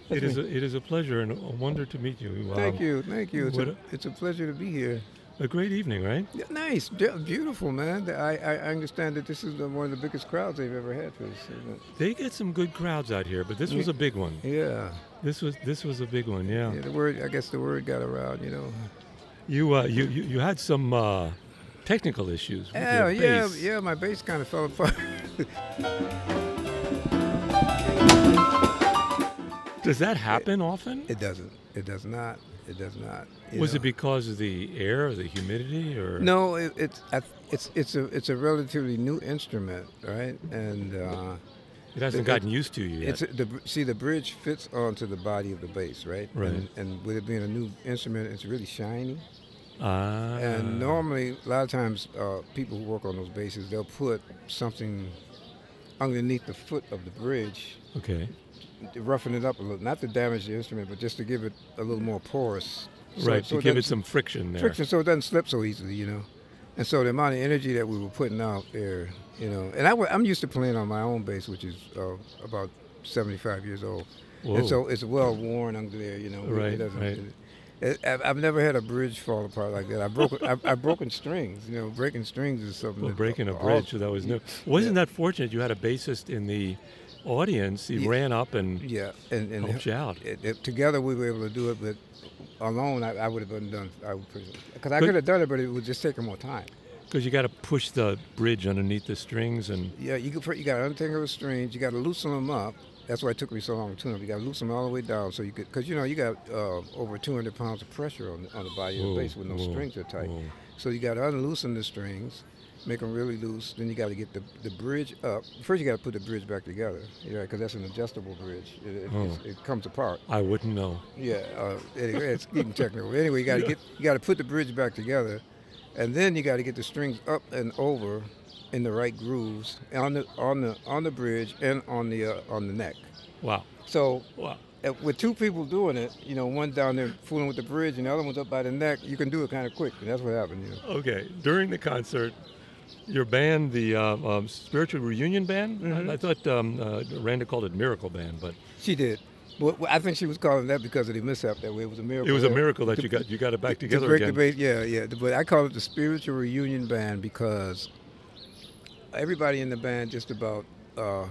[SPEAKER 1] it is, a, it is a pleasure and a wonder to meet you.
[SPEAKER 8] Thank
[SPEAKER 1] Um,
[SPEAKER 8] you, thank you. It's
[SPEAKER 1] what
[SPEAKER 8] a,
[SPEAKER 1] a-
[SPEAKER 8] it's a pleasure to be here.
[SPEAKER 1] A great evening, right?
[SPEAKER 8] Yeah, nice, Be- beautiful, man. I, I I understand that this is the, one of the biggest crowds they've ever had for this event.
[SPEAKER 1] They get some good crowds out here, but this was a big one.
[SPEAKER 8] Yeah.
[SPEAKER 1] This was this was a big one, yeah.
[SPEAKER 8] yeah. The word, I guess, the word got around, you know.
[SPEAKER 1] You uh, you, you you had some uh, technical issues. With
[SPEAKER 8] Yeah,
[SPEAKER 1] your
[SPEAKER 8] Oh, yeah,
[SPEAKER 1] bass.
[SPEAKER 8] yeah. My bass kind of fell apart.
[SPEAKER 1] Does that happen often?
[SPEAKER 8] it doesn't. It does not. It does not. you
[SPEAKER 1] was it
[SPEAKER 8] know.
[SPEAKER 1] because of the air or the humidity or
[SPEAKER 8] No, it, it's I th- it's it's a it's a relatively new instrument, right? And uh,
[SPEAKER 1] It hasn't
[SPEAKER 8] It-
[SPEAKER 1] gotten used to you yet.
[SPEAKER 8] It's the br- see the bridge fits onto the body of the bass, right?
[SPEAKER 1] Right.
[SPEAKER 8] And, and with it being a new instrument, it's really shiny.
[SPEAKER 1] ah,
[SPEAKER 8] and normally, a lot of times, uh, people who work on those basses, they'll put something underneath the foot of the bridge,
[SPEAKER 1] okay,
[SPEAKER 8] to roughen it up a little, not to damage the instrument, but just to give it a little more porous. So-
[SPEAKER 1] right.
[SPEAKER 8] so
[SPEAKER 1] to give it
[SPEAKER 8] doesn't-
[SPEAKER 1] some friction there.
[SPEAKER 8] friction so it doesn't slip so easily, you know. And so the amount of energy that we were putting out there, you know, and I, am used to playing on my own bass, which is uh, about 75 years old.
[SPEAKER 1] Whoa.
[SPEAKER 8] And so it's well worn under there, you know.
[SPEAKER 1] Right, right.
[SPEAKER 8] it- I've I've never had a bridge fall apart like that. I've broken, I've, I've broken strings. You know, breaking strings is something.
[SPEAKER 1] Well,
[SPEAKER 8] that-
[SPEAKER 1] breaking a
[SPEAKER 8] all-
[SPEAKER 1] bridge so that was new. Wasn't that fortunate? You had a bassist in the audience. He
[SPEAKER 8] Yeah.
[SPEAKER 1] ran up and
[SPEAKER 8] Yeah, and, and
[SPEAKER 1] helped you out.
[SPEAKER 8] it- it- together we were able to do it, but alone I, I would have been done. I would because I
[SPEAKER 1] Good.
[SPEAKER 8] could have done it, but it would just taking more time.
[SPEAKER 1] Because you got to push the bridge underneath the strings, and
[SPEAKER 8] Yeah, you could, fir- you got to untangle the strings. You got to loosen them up. That's why it took me so long to tune them. You got to loosen them all the way down so you could, because you know you got uh, over 200 pounds of pressure on, on the body of
[SPEAKER 1] Whoa,
[SPEAKER 8] the bass when those
[SPEAKER 1] whoa,
[SPEAKER 8] strings are tight.
[SPEAKER 1] whoa.
[SPEAKER 8] So you got to unloosen the strings, make them really loose. Then you got to get the, the bridge up. First you got to put the bridge back together, yeah, because that's an adjustable bridge. It, it, it's-
[SPEAKER 1] Oh.
[SPEAKER 8] it comes apart.
[SPEAKER 1] I wouldn't know.
[SPEAKER 8] Yeah, uh, anyway, it's getting technical. Anyway, you got to get you got to put the bridge back together, and then you got to get the strings up and over in the right grooves on the on the on the bridge and on the uh, on the neck.
[SPEAKER 1] Wow,
[SPEAKER 8] So
[SPEAKER 1] wow.
[SPEAKER 8] uh, with two people doing it, you know, one down there fooling with the bridge and the other one's up by the neck, you can do it kind of quick, and that's what happened. You know.
[SPEAKER 1] Okay, during the concert, your band, the uh, um, Spiritual Reunion Band,
[SPEAKER 8] Mm-hmm.
[SPEAKER 1] I, I thought um, uh, Randa called it Miracle Band, but
[SPEAKER 8] She did. Well, well, I think she was calling that because of the mishap that way. It was a miracle.
[SPEAKER 1] it was a
[SPEAKER 8] that-
[SPEAKER 1] miracle that you got you got it back
[SPEAKER 8] to
[SPEAKER 1] together
[SPEAKER 8] break
[SPEAKER 1] again.
[SPEAKER 8] the base, yeah, yeah. But I call it the spiritual reunion band because everybody in the band just about, uh,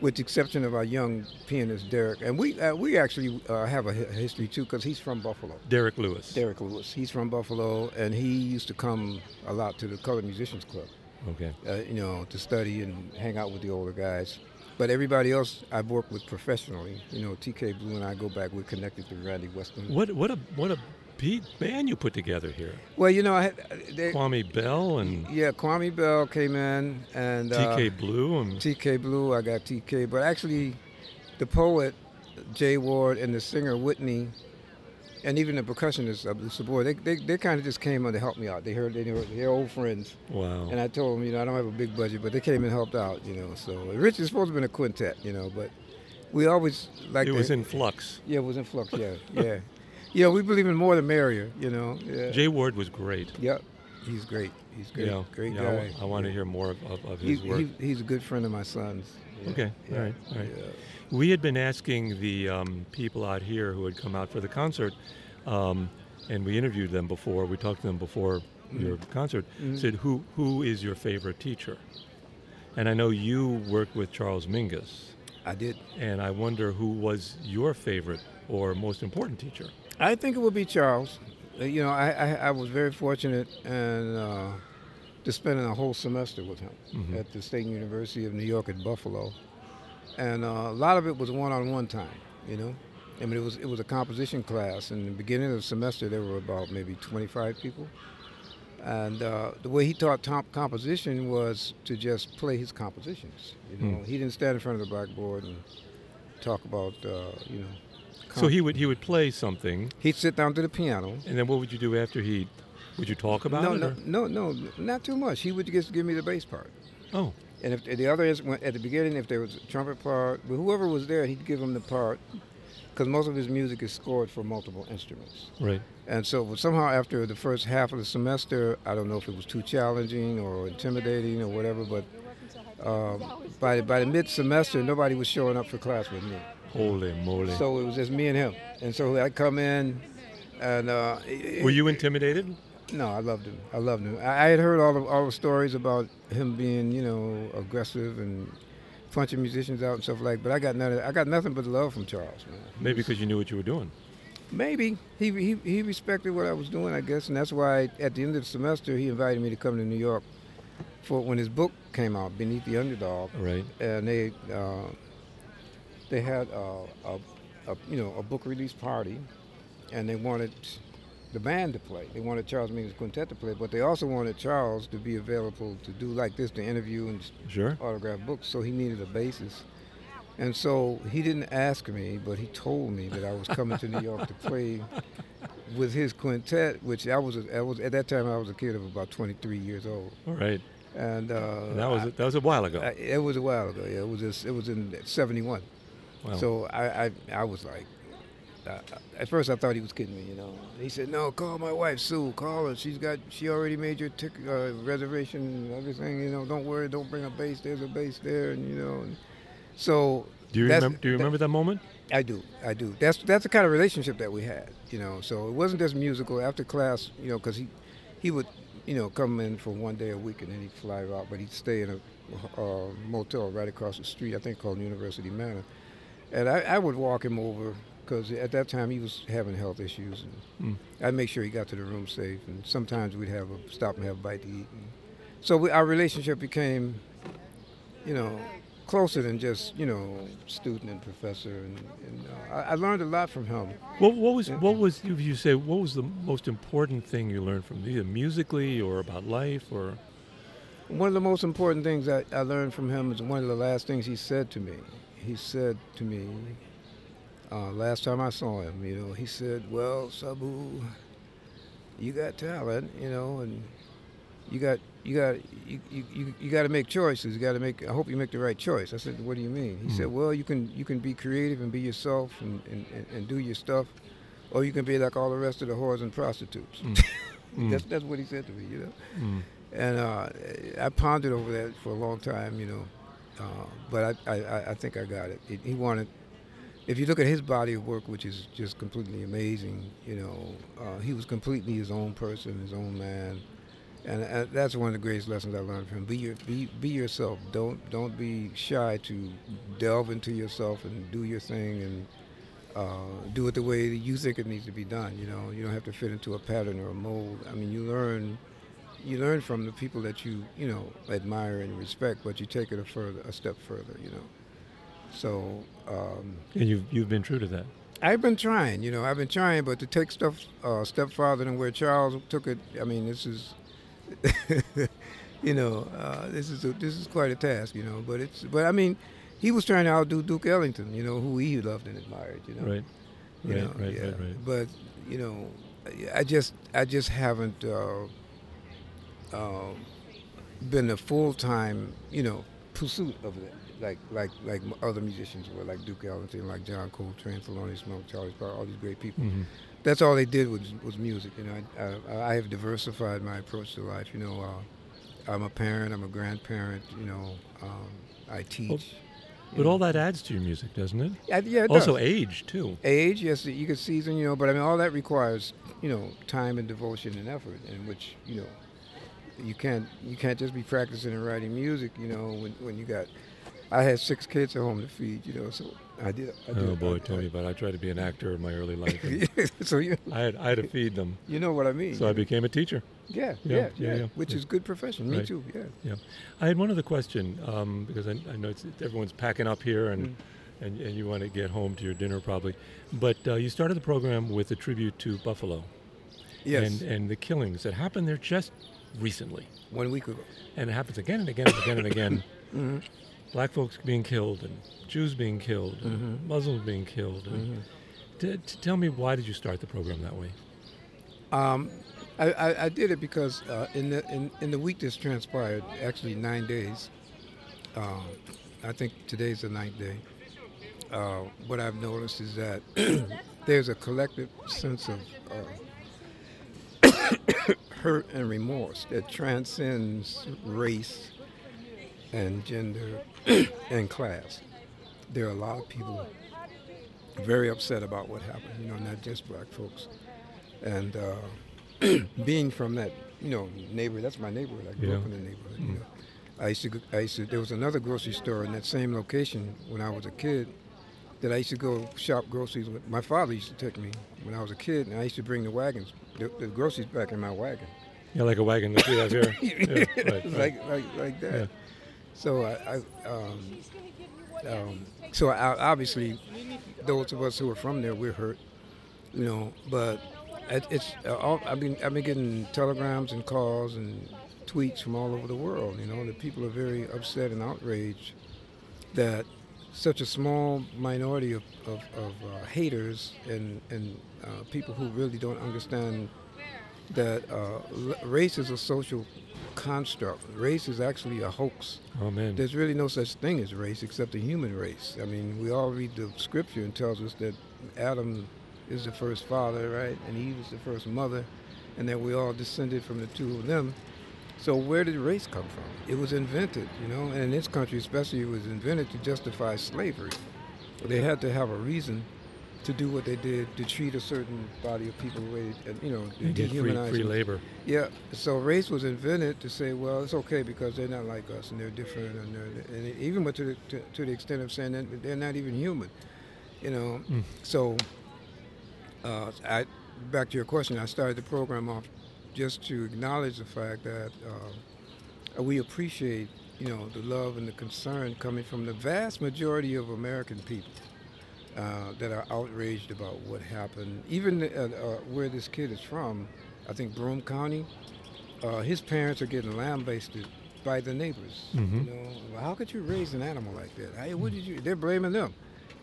[SPEAKER 8] with the exception of our young pianist Derek, and we uh, we actually uh, have a hi- history too because he's from Buffalo.
[SPEAKER 1] Derek Lewis.
[SPEAKER 8] Derek Lewis, he's from Buffalo, and he used to come a lot to the Colored Musicians Club
[SPEAKER 1] Okay.
[SPEAKER 8] uh, you know, to study and hang out with the older guys. But everybody else I've worked with professionally, you know, TK Blue and I go back. We're connected through Randy Weston.
[SPEAKER 1] What what a what a big band you put together here.
[SPEAKER 8] Well, you know, I had, uh, they,
[SPEAKER 1] Kwame Bell and
[SPEAKER 8] yeah, Kwame Bell came in and uh,
[SPEAKER 1] TK Blue and
[SPEAKER 8] TK Blue. I got TK, but actually, the poet Jay Ward and the singer Whitney, and even the percussionist of the Sabor, they they, they kind of just came in to help me out. They heard they were they're old friends.
[SPEAKER 1] wow.
[SPEAKER 8] And I told them, you know, I don't have a big budget, but they came and helped out, you know. So Rich is supposed to have been a quintet, you know, but we always like
[SPEAKER 1] it was in flux.
[SPEAKER 8] yeah, it was in flux, yeah, yeah, yeah. We believe in more the merrier, you know. Yeah.
[SPEAKER 1] Jay Ward was great.
[SPEAKER 8] yep, he's great. He's great,
[SPEAKER 1] yeah,
[SPEAKER 8] great
[SPEAKER 1] yeah, I
[SPEAKER 8] guy.
[SPEAKER 1] wa- I, want to hear more of, of, of
[SPEAKER 8] He,
[SPEAKER 1] his work.
[SPEAKER 8] he, he's a good friend of my son's. Yeah,
[SPEAKER 1] okay,
[SPEAKER 8] yeah,
[SPEAKER 1] all right, all right.
[SPEAKER 8] yeah.
[SPEAKER 1] We had been asking the um, people out here who had come out for the concert, um, and we interviewed them before. We talked to them before
[SPEAKER 8] Mm-hmm.
[SPEAKER 1] your concert. Said who who is your favorite teacher? And I know you worked with Charles Mingus.
[SPEAKER 8] I did.
[SPEAKER 1] And I wonder who was your favorite or most important teacher.
[SPEAKER 8] I think it would be Charles. Uh, You know, I, I, I was very fortunate and uh, to spending a whole semester with him
[SPEAKER 1] Mm-hmm.
[SPEAKER 8] at the State University of New York at Buffalo, and uh, a lot of it was one-on-one time. You know, I mean, it was it was a composition class, and in the beginning of the semester there were about maybe 25 people, and uh, the way he taught top composition was to just play his compositions. You
[SPEAKER 1] Hmm.
[SPEAKER 8] know, he didn't stand in front of the blackboard and talk about uh, you know.
[SPEAKER 1] So he would he would play something,
[SPEAKER 8] He'd sit down to the piano.
[SPEAKER 1] and then what would you do after he? Would you talk about
[SPEAKER 8] No,
[SPEAKER 1] it?
[SPEAKER 8] no,
[SPEAKER 1] or-
[SPEAKER 8] no, no, not too much. He would just give me the bass part.
[SPEAKER 1] Oh,
[SPEAKER 8] And if the other is when- at the beginning, if there was a trumpet part, but whoever was there, he'd give him the part, because most of his music is scored for multiple instruments.
[SPEAKER 1] right.
[SPEAKER 8] And so but somehow after the first half of the semester, I don't know if it was too challenging or intimidating or whatever, but uh, by by the mid semester, nobody was showing up for class with me.
[SPEAKER 1] Holy moly!
[SPEAKER 8] So it was just me and him. And so I come in, and uh, it-
[SPEAKER 1] were you intimidated?
[SPEAKER 8] no, I loved him. I loved him. I, I had heard all the all the stories about him being, you know, aggressive and punching musicians out and stuff like. But I got nothing. I got nothing but love from Charles, man.
[SPEAKER 1] Maybe because you knew what you were doing.
[SPEAKER 8] Maybe he he, he respected what I was doing, I guess, and that's why at the end of the semester he invited me to come to New York for when his book came out, Beneath the Underdog,
[SPEAKER 1] Right.
[SPEAKER 8] and they uh, they had uh, a, a you know a book release party, and they wanted the band to play. They wanted Charles Mingus Quintet to play, but they also wanted Charles to be available to do like this, to interview and
[SPEAKER 1] Sure.
[SPEAKER 8] autograph books. So he needed a basis, and so he didn't ask me, but he told me that I was coming to New York to play with his quintet, which I was I was at that time I was a kid of about 23 years old,
[SPEAKER 1] All right.
[SPEAKER 8] and, uh,
[SPEAKER 1] And that was that was a while ago.
[SPEAKER 8] I, Uh, it was a while ago. Yeah, it was just, it was in '71.
[SPEAKER 1] Wow.
[SPEAKER 8] So I, I I was like, I, at first I thought he was kidding me, you know. He said, "No, call my wife Sue. Call her. She's got she already made your ticket uh, reservation and everything. You know, don't worry. Don't bring a base. There's a base there, and you know." And so
[SPEAKER 1] do you
[SPEAKER 8] that's-
[SPEAKER 1] remember? Do you remember that moment?
[SPEAKER 8] I do, I do. That's that's the kind of relationship that we had, you know. So it wasn't just musical. After class, you know, because he he would, you know, come in for one day a week and then he'd fly out, but he'd stay in a, uh motel right across the street, I think called University Manor, and I, I would walk him over because at that time he was having health issues, and I'd make sure he got to the room safe, and sometimes we'd have a stop and have a bite to eat. And so we, our relationship became you know, closer than just you know student and professor. And, and uh, I, I learned a lot from him.
[SPEAKER 1] What, what was what was if you say what was the most important thing you learned from either musically or about life or
[SPEAKER 8] One of the most important things I, I learned from him is one of the last things he said to me. He said to me, uh, last time I saw him, you know, he said, "Well, Sabu, you got talent, you know, and you got you got you you, you, you got to make choices. You got to make. I hope you make the right choice." I said, "What do you mean?" He said, "Well, you can you can be creative and be yourself and, and, and, and do your stuff, or you can be like all the rest of the whores and prostitutes." that's that's what he said to me, you know.
[SPEAKER 1] hmm,
[SPEAKER 8] And uh, I pondered over that for a long time, you know. Uh, but I, I- I, I think I got it. it. He wanted, if you look at his body of work, which is just completely amazing, you know, uh, he was completely his own person, his own man. And uh, that's one of the greatest lessons I learned from him. Be, your, be, be yourself. Don't, don't be shy to delve into yourself and do your thing and uh, do it the way that you think it needs to be done. You know, you don't have to fit into a pattern or a mold. I mean, you learn you learn from the people that you you know admire and respect, but you take it a further a step further, you know. So um,
[SPEAKER 1] and you've you've been true to that.
[SPEAKER 8] I've been trying, you know, I've been trying, but to take stuff uh, a step farther than where Charles took it, I mean, this is, you know, uh, this is a, this is quite a task, you know. But it's but I mean, he was trying to outdo Duke Ellington, you know, who he loved and admired, you know.
[SPEAKER 1] Right.
[SPEAKER 8] You
[SPEAKER 1] Right,
[SPEAKER 8] know,
[SPEAKER 1] right,
[SPEAKER 8] yeah.
[SPEAKER 1] right, right.
[SPEAKER 8] But you know, I- I just I just haven't uh, uh, been a full time you know pursuit of that like like like m- other musicians were like Duke Ellington, like John Coltrane, Thelonious Monk, Charlie Parker, all these great
[SPEAKER 1] Mm.
[SPEAKER 8] people.
[SPEAKER 1] Mm-hmm.
[SPEAKER 8] That's all they did was was music. You know, I, I, I have diversified my approach to life. You know, uh, I'm a parent, I'm a grandparent. You know, um, I teach.
[SPEAKER 1] But all that adds to your music, doesn't it?
[SPEAKER 8] I, yeah, it
[SPEAKER 1] also
[SPEAKER 8] does
[SPEAKER 1] age too.
[SPEAKER 8] age yes you can season you know but i mean all that requires you know time and devotion and effort in which you know you can't you can't just be practicing and writing music you know when, when you got I had six kids at home to feed, you know, so I did. I did
[SPEAKER 1] Oh boy,
[SPEAKER 8] I-
[SPEAKER 1] tell me about it. I tried to be an actor in my early life. and
[SPEAKER 8] so you,
[SPEAKER 1] I had I had to feed them,
[SPEAKER 8] you know what I mean.
[SPEAKER 1] so I became a teacher.
[SPEAKER 8] yeah,
[SPEAKER 1] yeah,
[SPEAKER 8] yeah,
[SPEAKER 1] yeah,
[SPEAKER 8] yeah,
[SPEAKER 1] yeah,
[SPEAKER 8] which
[SPEAKER 1] yeah.
[SPEAKER 8] is good profession. Me
[SPEAKER 1] Right.
[SPEAKER 8] too. Yeah.
[SPEAKER 1] Yeah, I had one other question um, because I, I know it's, everyone's packing up here and,
[SPEAKER 8] Mm.
[SPEAKER 1] and and you want to get home to your dinner probably, but uh, you started the program with a tribute to Buffalo
[SPEAKER 8] Yes.
[SPEAKER 1] and and the killings that happened there just recently,
[SPEAKER 8] One week ago.
[SPEAKER 1] and it happens again and again and again and again.
[SPEAKER 8] Mm-hmm.
[SPEAKER 1] Black folks being killed and Jews being killed, and
[SPEAKER 8] Mm-hmm.
[SPEAKER 1] Muslims being killed. And t- t- tell me why did you start the program that way?
[SPEAKER 8] Um, I, I, I did it because uh, in the in, in the week that's transpired, actually nine days. Uh, I think today's the ninth day. Uh, what I've noticed is that there's a collective sense of uh, hurt and remorse that transcends race and gender and class. There are a lot of people very upset about what happened. You know, not just black folks and uh, being from that, you know, neighborhood. That's my neighborhood. I grew
[SPEAKER 1] Yeah. Mm.
[SPEAKER 8] up in the neighborhood. You know. I used to, go- I used to. There was another grocery store in that same location when I was a kid. That I used to go shop groceries with. My father used to take me when I was a kid, and I used to bring the wagons, the, the groceries back in my wagon,
[SPEAKER 1] Yeah, like a wagon like we have here. Yeah, right, right.
[SPEAKER 8] like like like that.
[SPEAKER 1] Yeah.
[SPEAKER 8] So I, I um, um, so I, obviously, those of us who are from there, we're hurt, you know. But it, it's uh, all, I've been I've been getting telegrams and calls and tweets from all over the world. You know, the people are very upset and outraged that such a small minority of, of, of uh, haters and and uh, people who really don't understand that uh, l- race is a social construct. Race is actually a hoax.
[SPEAKER 1] Oh man.
[SPEAKER 8] There's really no such thing as race except the human race. I mean, we all read the scripture and tells us that Adam is the first father, right? And Eve is the first mother, and that we all descended from the two of them. So where did race come from? It was invented, you know, and in this country especially, it was invented to justify slavery. They had to have a reason to do what they did to treat a certain body of people the way, and you know,
[SPEAKER 1] You get free,
[SPEAKER 8] dehumanize
[SPEAKER 1] free
[SPEAKER 8] them.
[SPEAKER 1] labor.
[SPEAKER 8] Yeah, so race was invented to say, well, it's okay because they're not like us and they're different, and, they're, and even with to the, to, to the extent of saying that they're not even human, you know. So, uh, I back to your question, I started the program off just to acknowledge the fact that uh, we appreciate, you know, the love and the concern coming from the vast majority of American people uh, that are outraged about what happened. Even uh, uh, where this kid is from, I think Broome County, uh, his parents are getting lambasted by the neighbors. You know, well, how could you raise an animal like that? Hey, what did you? They're blaming them,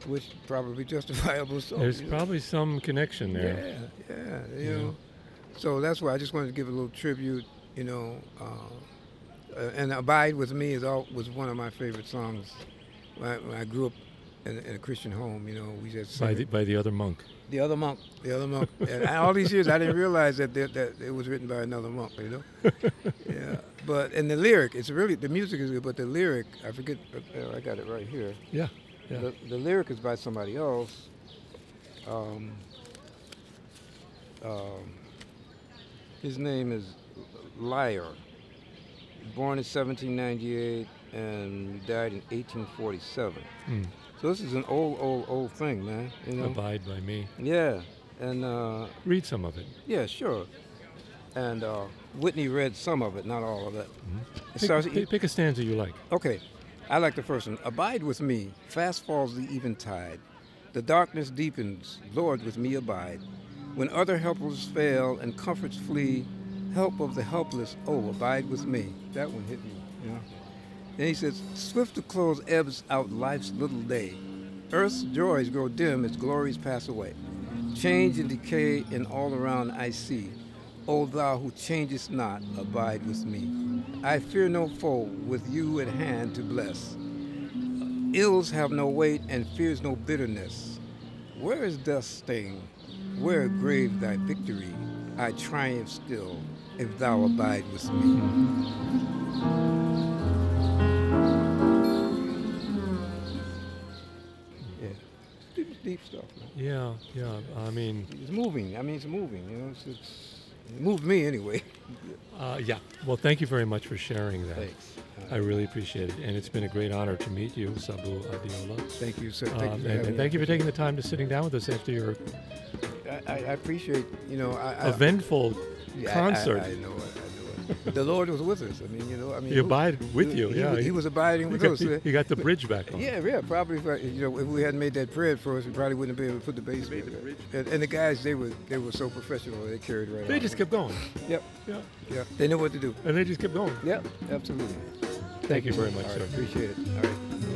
[SPEAKER 8] which probably justifiable. So
[SPEAKER 1] There's
[SPEAKER 8] you know.
[SPEAKER 1] probably some connection there.
[SPEAKER 8] Yeah, yeah, you know. So that's why I just wanted to give a little tribute, you know. Uh, uh, and "Abide with Me" is all was one of my favorite songs. When I, when I grew up in, in a Christian home, you know, we had
[SPEAKER 1] by
[SPEAKER 8] sung
[SPEAKER 1] the,
[SPEAKER 8] it.
[SPEAKER 1] by the other monk.
[SPEAKER 8] the other monk, the other monk. and I- all these years, I didn't realize that, that that it was written by another monk, you know. yeah, but and the lyric, it's really the music is good, but the lyric, I forget, uh, I got it right here.
[SPEAKER 1] Yeah, yeah.
[SPEAKER 8] The, the lyric is by somebody else. Um, um, his name is Liar. Born in 1798 and died in 1847.
[SPEAKER 1] Mm.
[SPEAKER 8] So this is an old, old, old thing, man. You know.
[SPEAKER 1] Abide by me.
[SPEAKER 8] Yeah, and uh,
[SPEAKER 1] Read some of it.
[SPEAKER 8] yeah, sure. And uh, Whitney read some of it, not all of it. It
[SPEAKER 1] Pick,
[SPEAKER 8] starts- e-
[SPEAKER 1] pick- pick a stanza you like.
[SPEAKER 8] Okay, I like the first one. Abide with me, fast falls the eventide. The darkness deepens, Lord, with me abide. When other helpers fail and comforts flee, help of the helpless, oh, abide with me. That one hit me, you know. Then he says, Swift to close ebbs out life's little day. Earth's joys grow dim, its glories pass away. Change and decay in all around I see. O thou who changest not, abide with me. I fear no foe, with you at hand to bless. Ills have no weight, and fears no bitterness. Where is death's sting? Where grave thy victory? I triumph still, if thou abide with me. Yeah, deep, deep stuff, man.
[SPEAKER 1] Yeah, yeah. I mean,
[SPEAKER 8] It's moving. I mean, it's moving. You know, it's, it's Moved me anyway.
[SPEAKER 1] Uh, yeah. Well, thank you very much for sharing that.
[SPEAKER 8] Thanks.
[SPEAKER 1] I really appreciate it, and it's been a great honor to meet you, Sabu Adiola.
[SPEAKER 8] Thank you, sir.
[SPEAKER 1] Um,
[SPEAKER 8] Thank you for
[SPEAKER 1] and,
[SPEAKER 8] having
[SPEAKER 1] and
[SPEAKER 8] me.
[SPEAKER 1] thank you for taking the time to sitting down with us after your
[SPEAKER 8] I, I I appreciate, you know, I, I,
[SPEAKER 1] eventful
[SPEAKER 8] Uh, yeah, I- I-
[SPEAKER 1] concert.
[SPEAKER 8] I, know it. I know it. the Lord was with us. I mean, you know, I mean,
[SPEAKER 1] He
[SPEAKER 8] who-
[SPEAKER 1] abided with
[SPEAKER 8] he-
[SPEAKER 1] you,
[SPEAKER 8] He,
[SPEAKER 1] yeah.
[SPEAKER 8] was- he, was abiding
[SPEAKER 1] you,
[SPEAKER 8] with
[SPEAKER 1] got
[SPEAKER 8] us.
[SPEAKER 1] the, you got the bridge back on.
[SPEAKER 8] Yeah, yeah, probably. If I, you know, if we hadn't made that prayer for us, we probably wouldn't have been able to put the bass. in there. And, and the guys, they were they were so professional. They carried right.
[SPEAKER 1] They
[SPEAKER 8] on.
[SPEAKER 1] just kept going.
[SPEAKER 8] Yep,
[SPEAKER 1] Yeah.
[SPEAKER 8] yep. They knew what to do.
[SPEAKER 1] And they just kept going.
[SPEAKER 8] Yep, absolutely.
[SPEAKER 1] Thank you very much,
[SPEAKER 8] All right,
[SPEAKER 1] sir.
[SPEAKER 8] appreciate it. All right.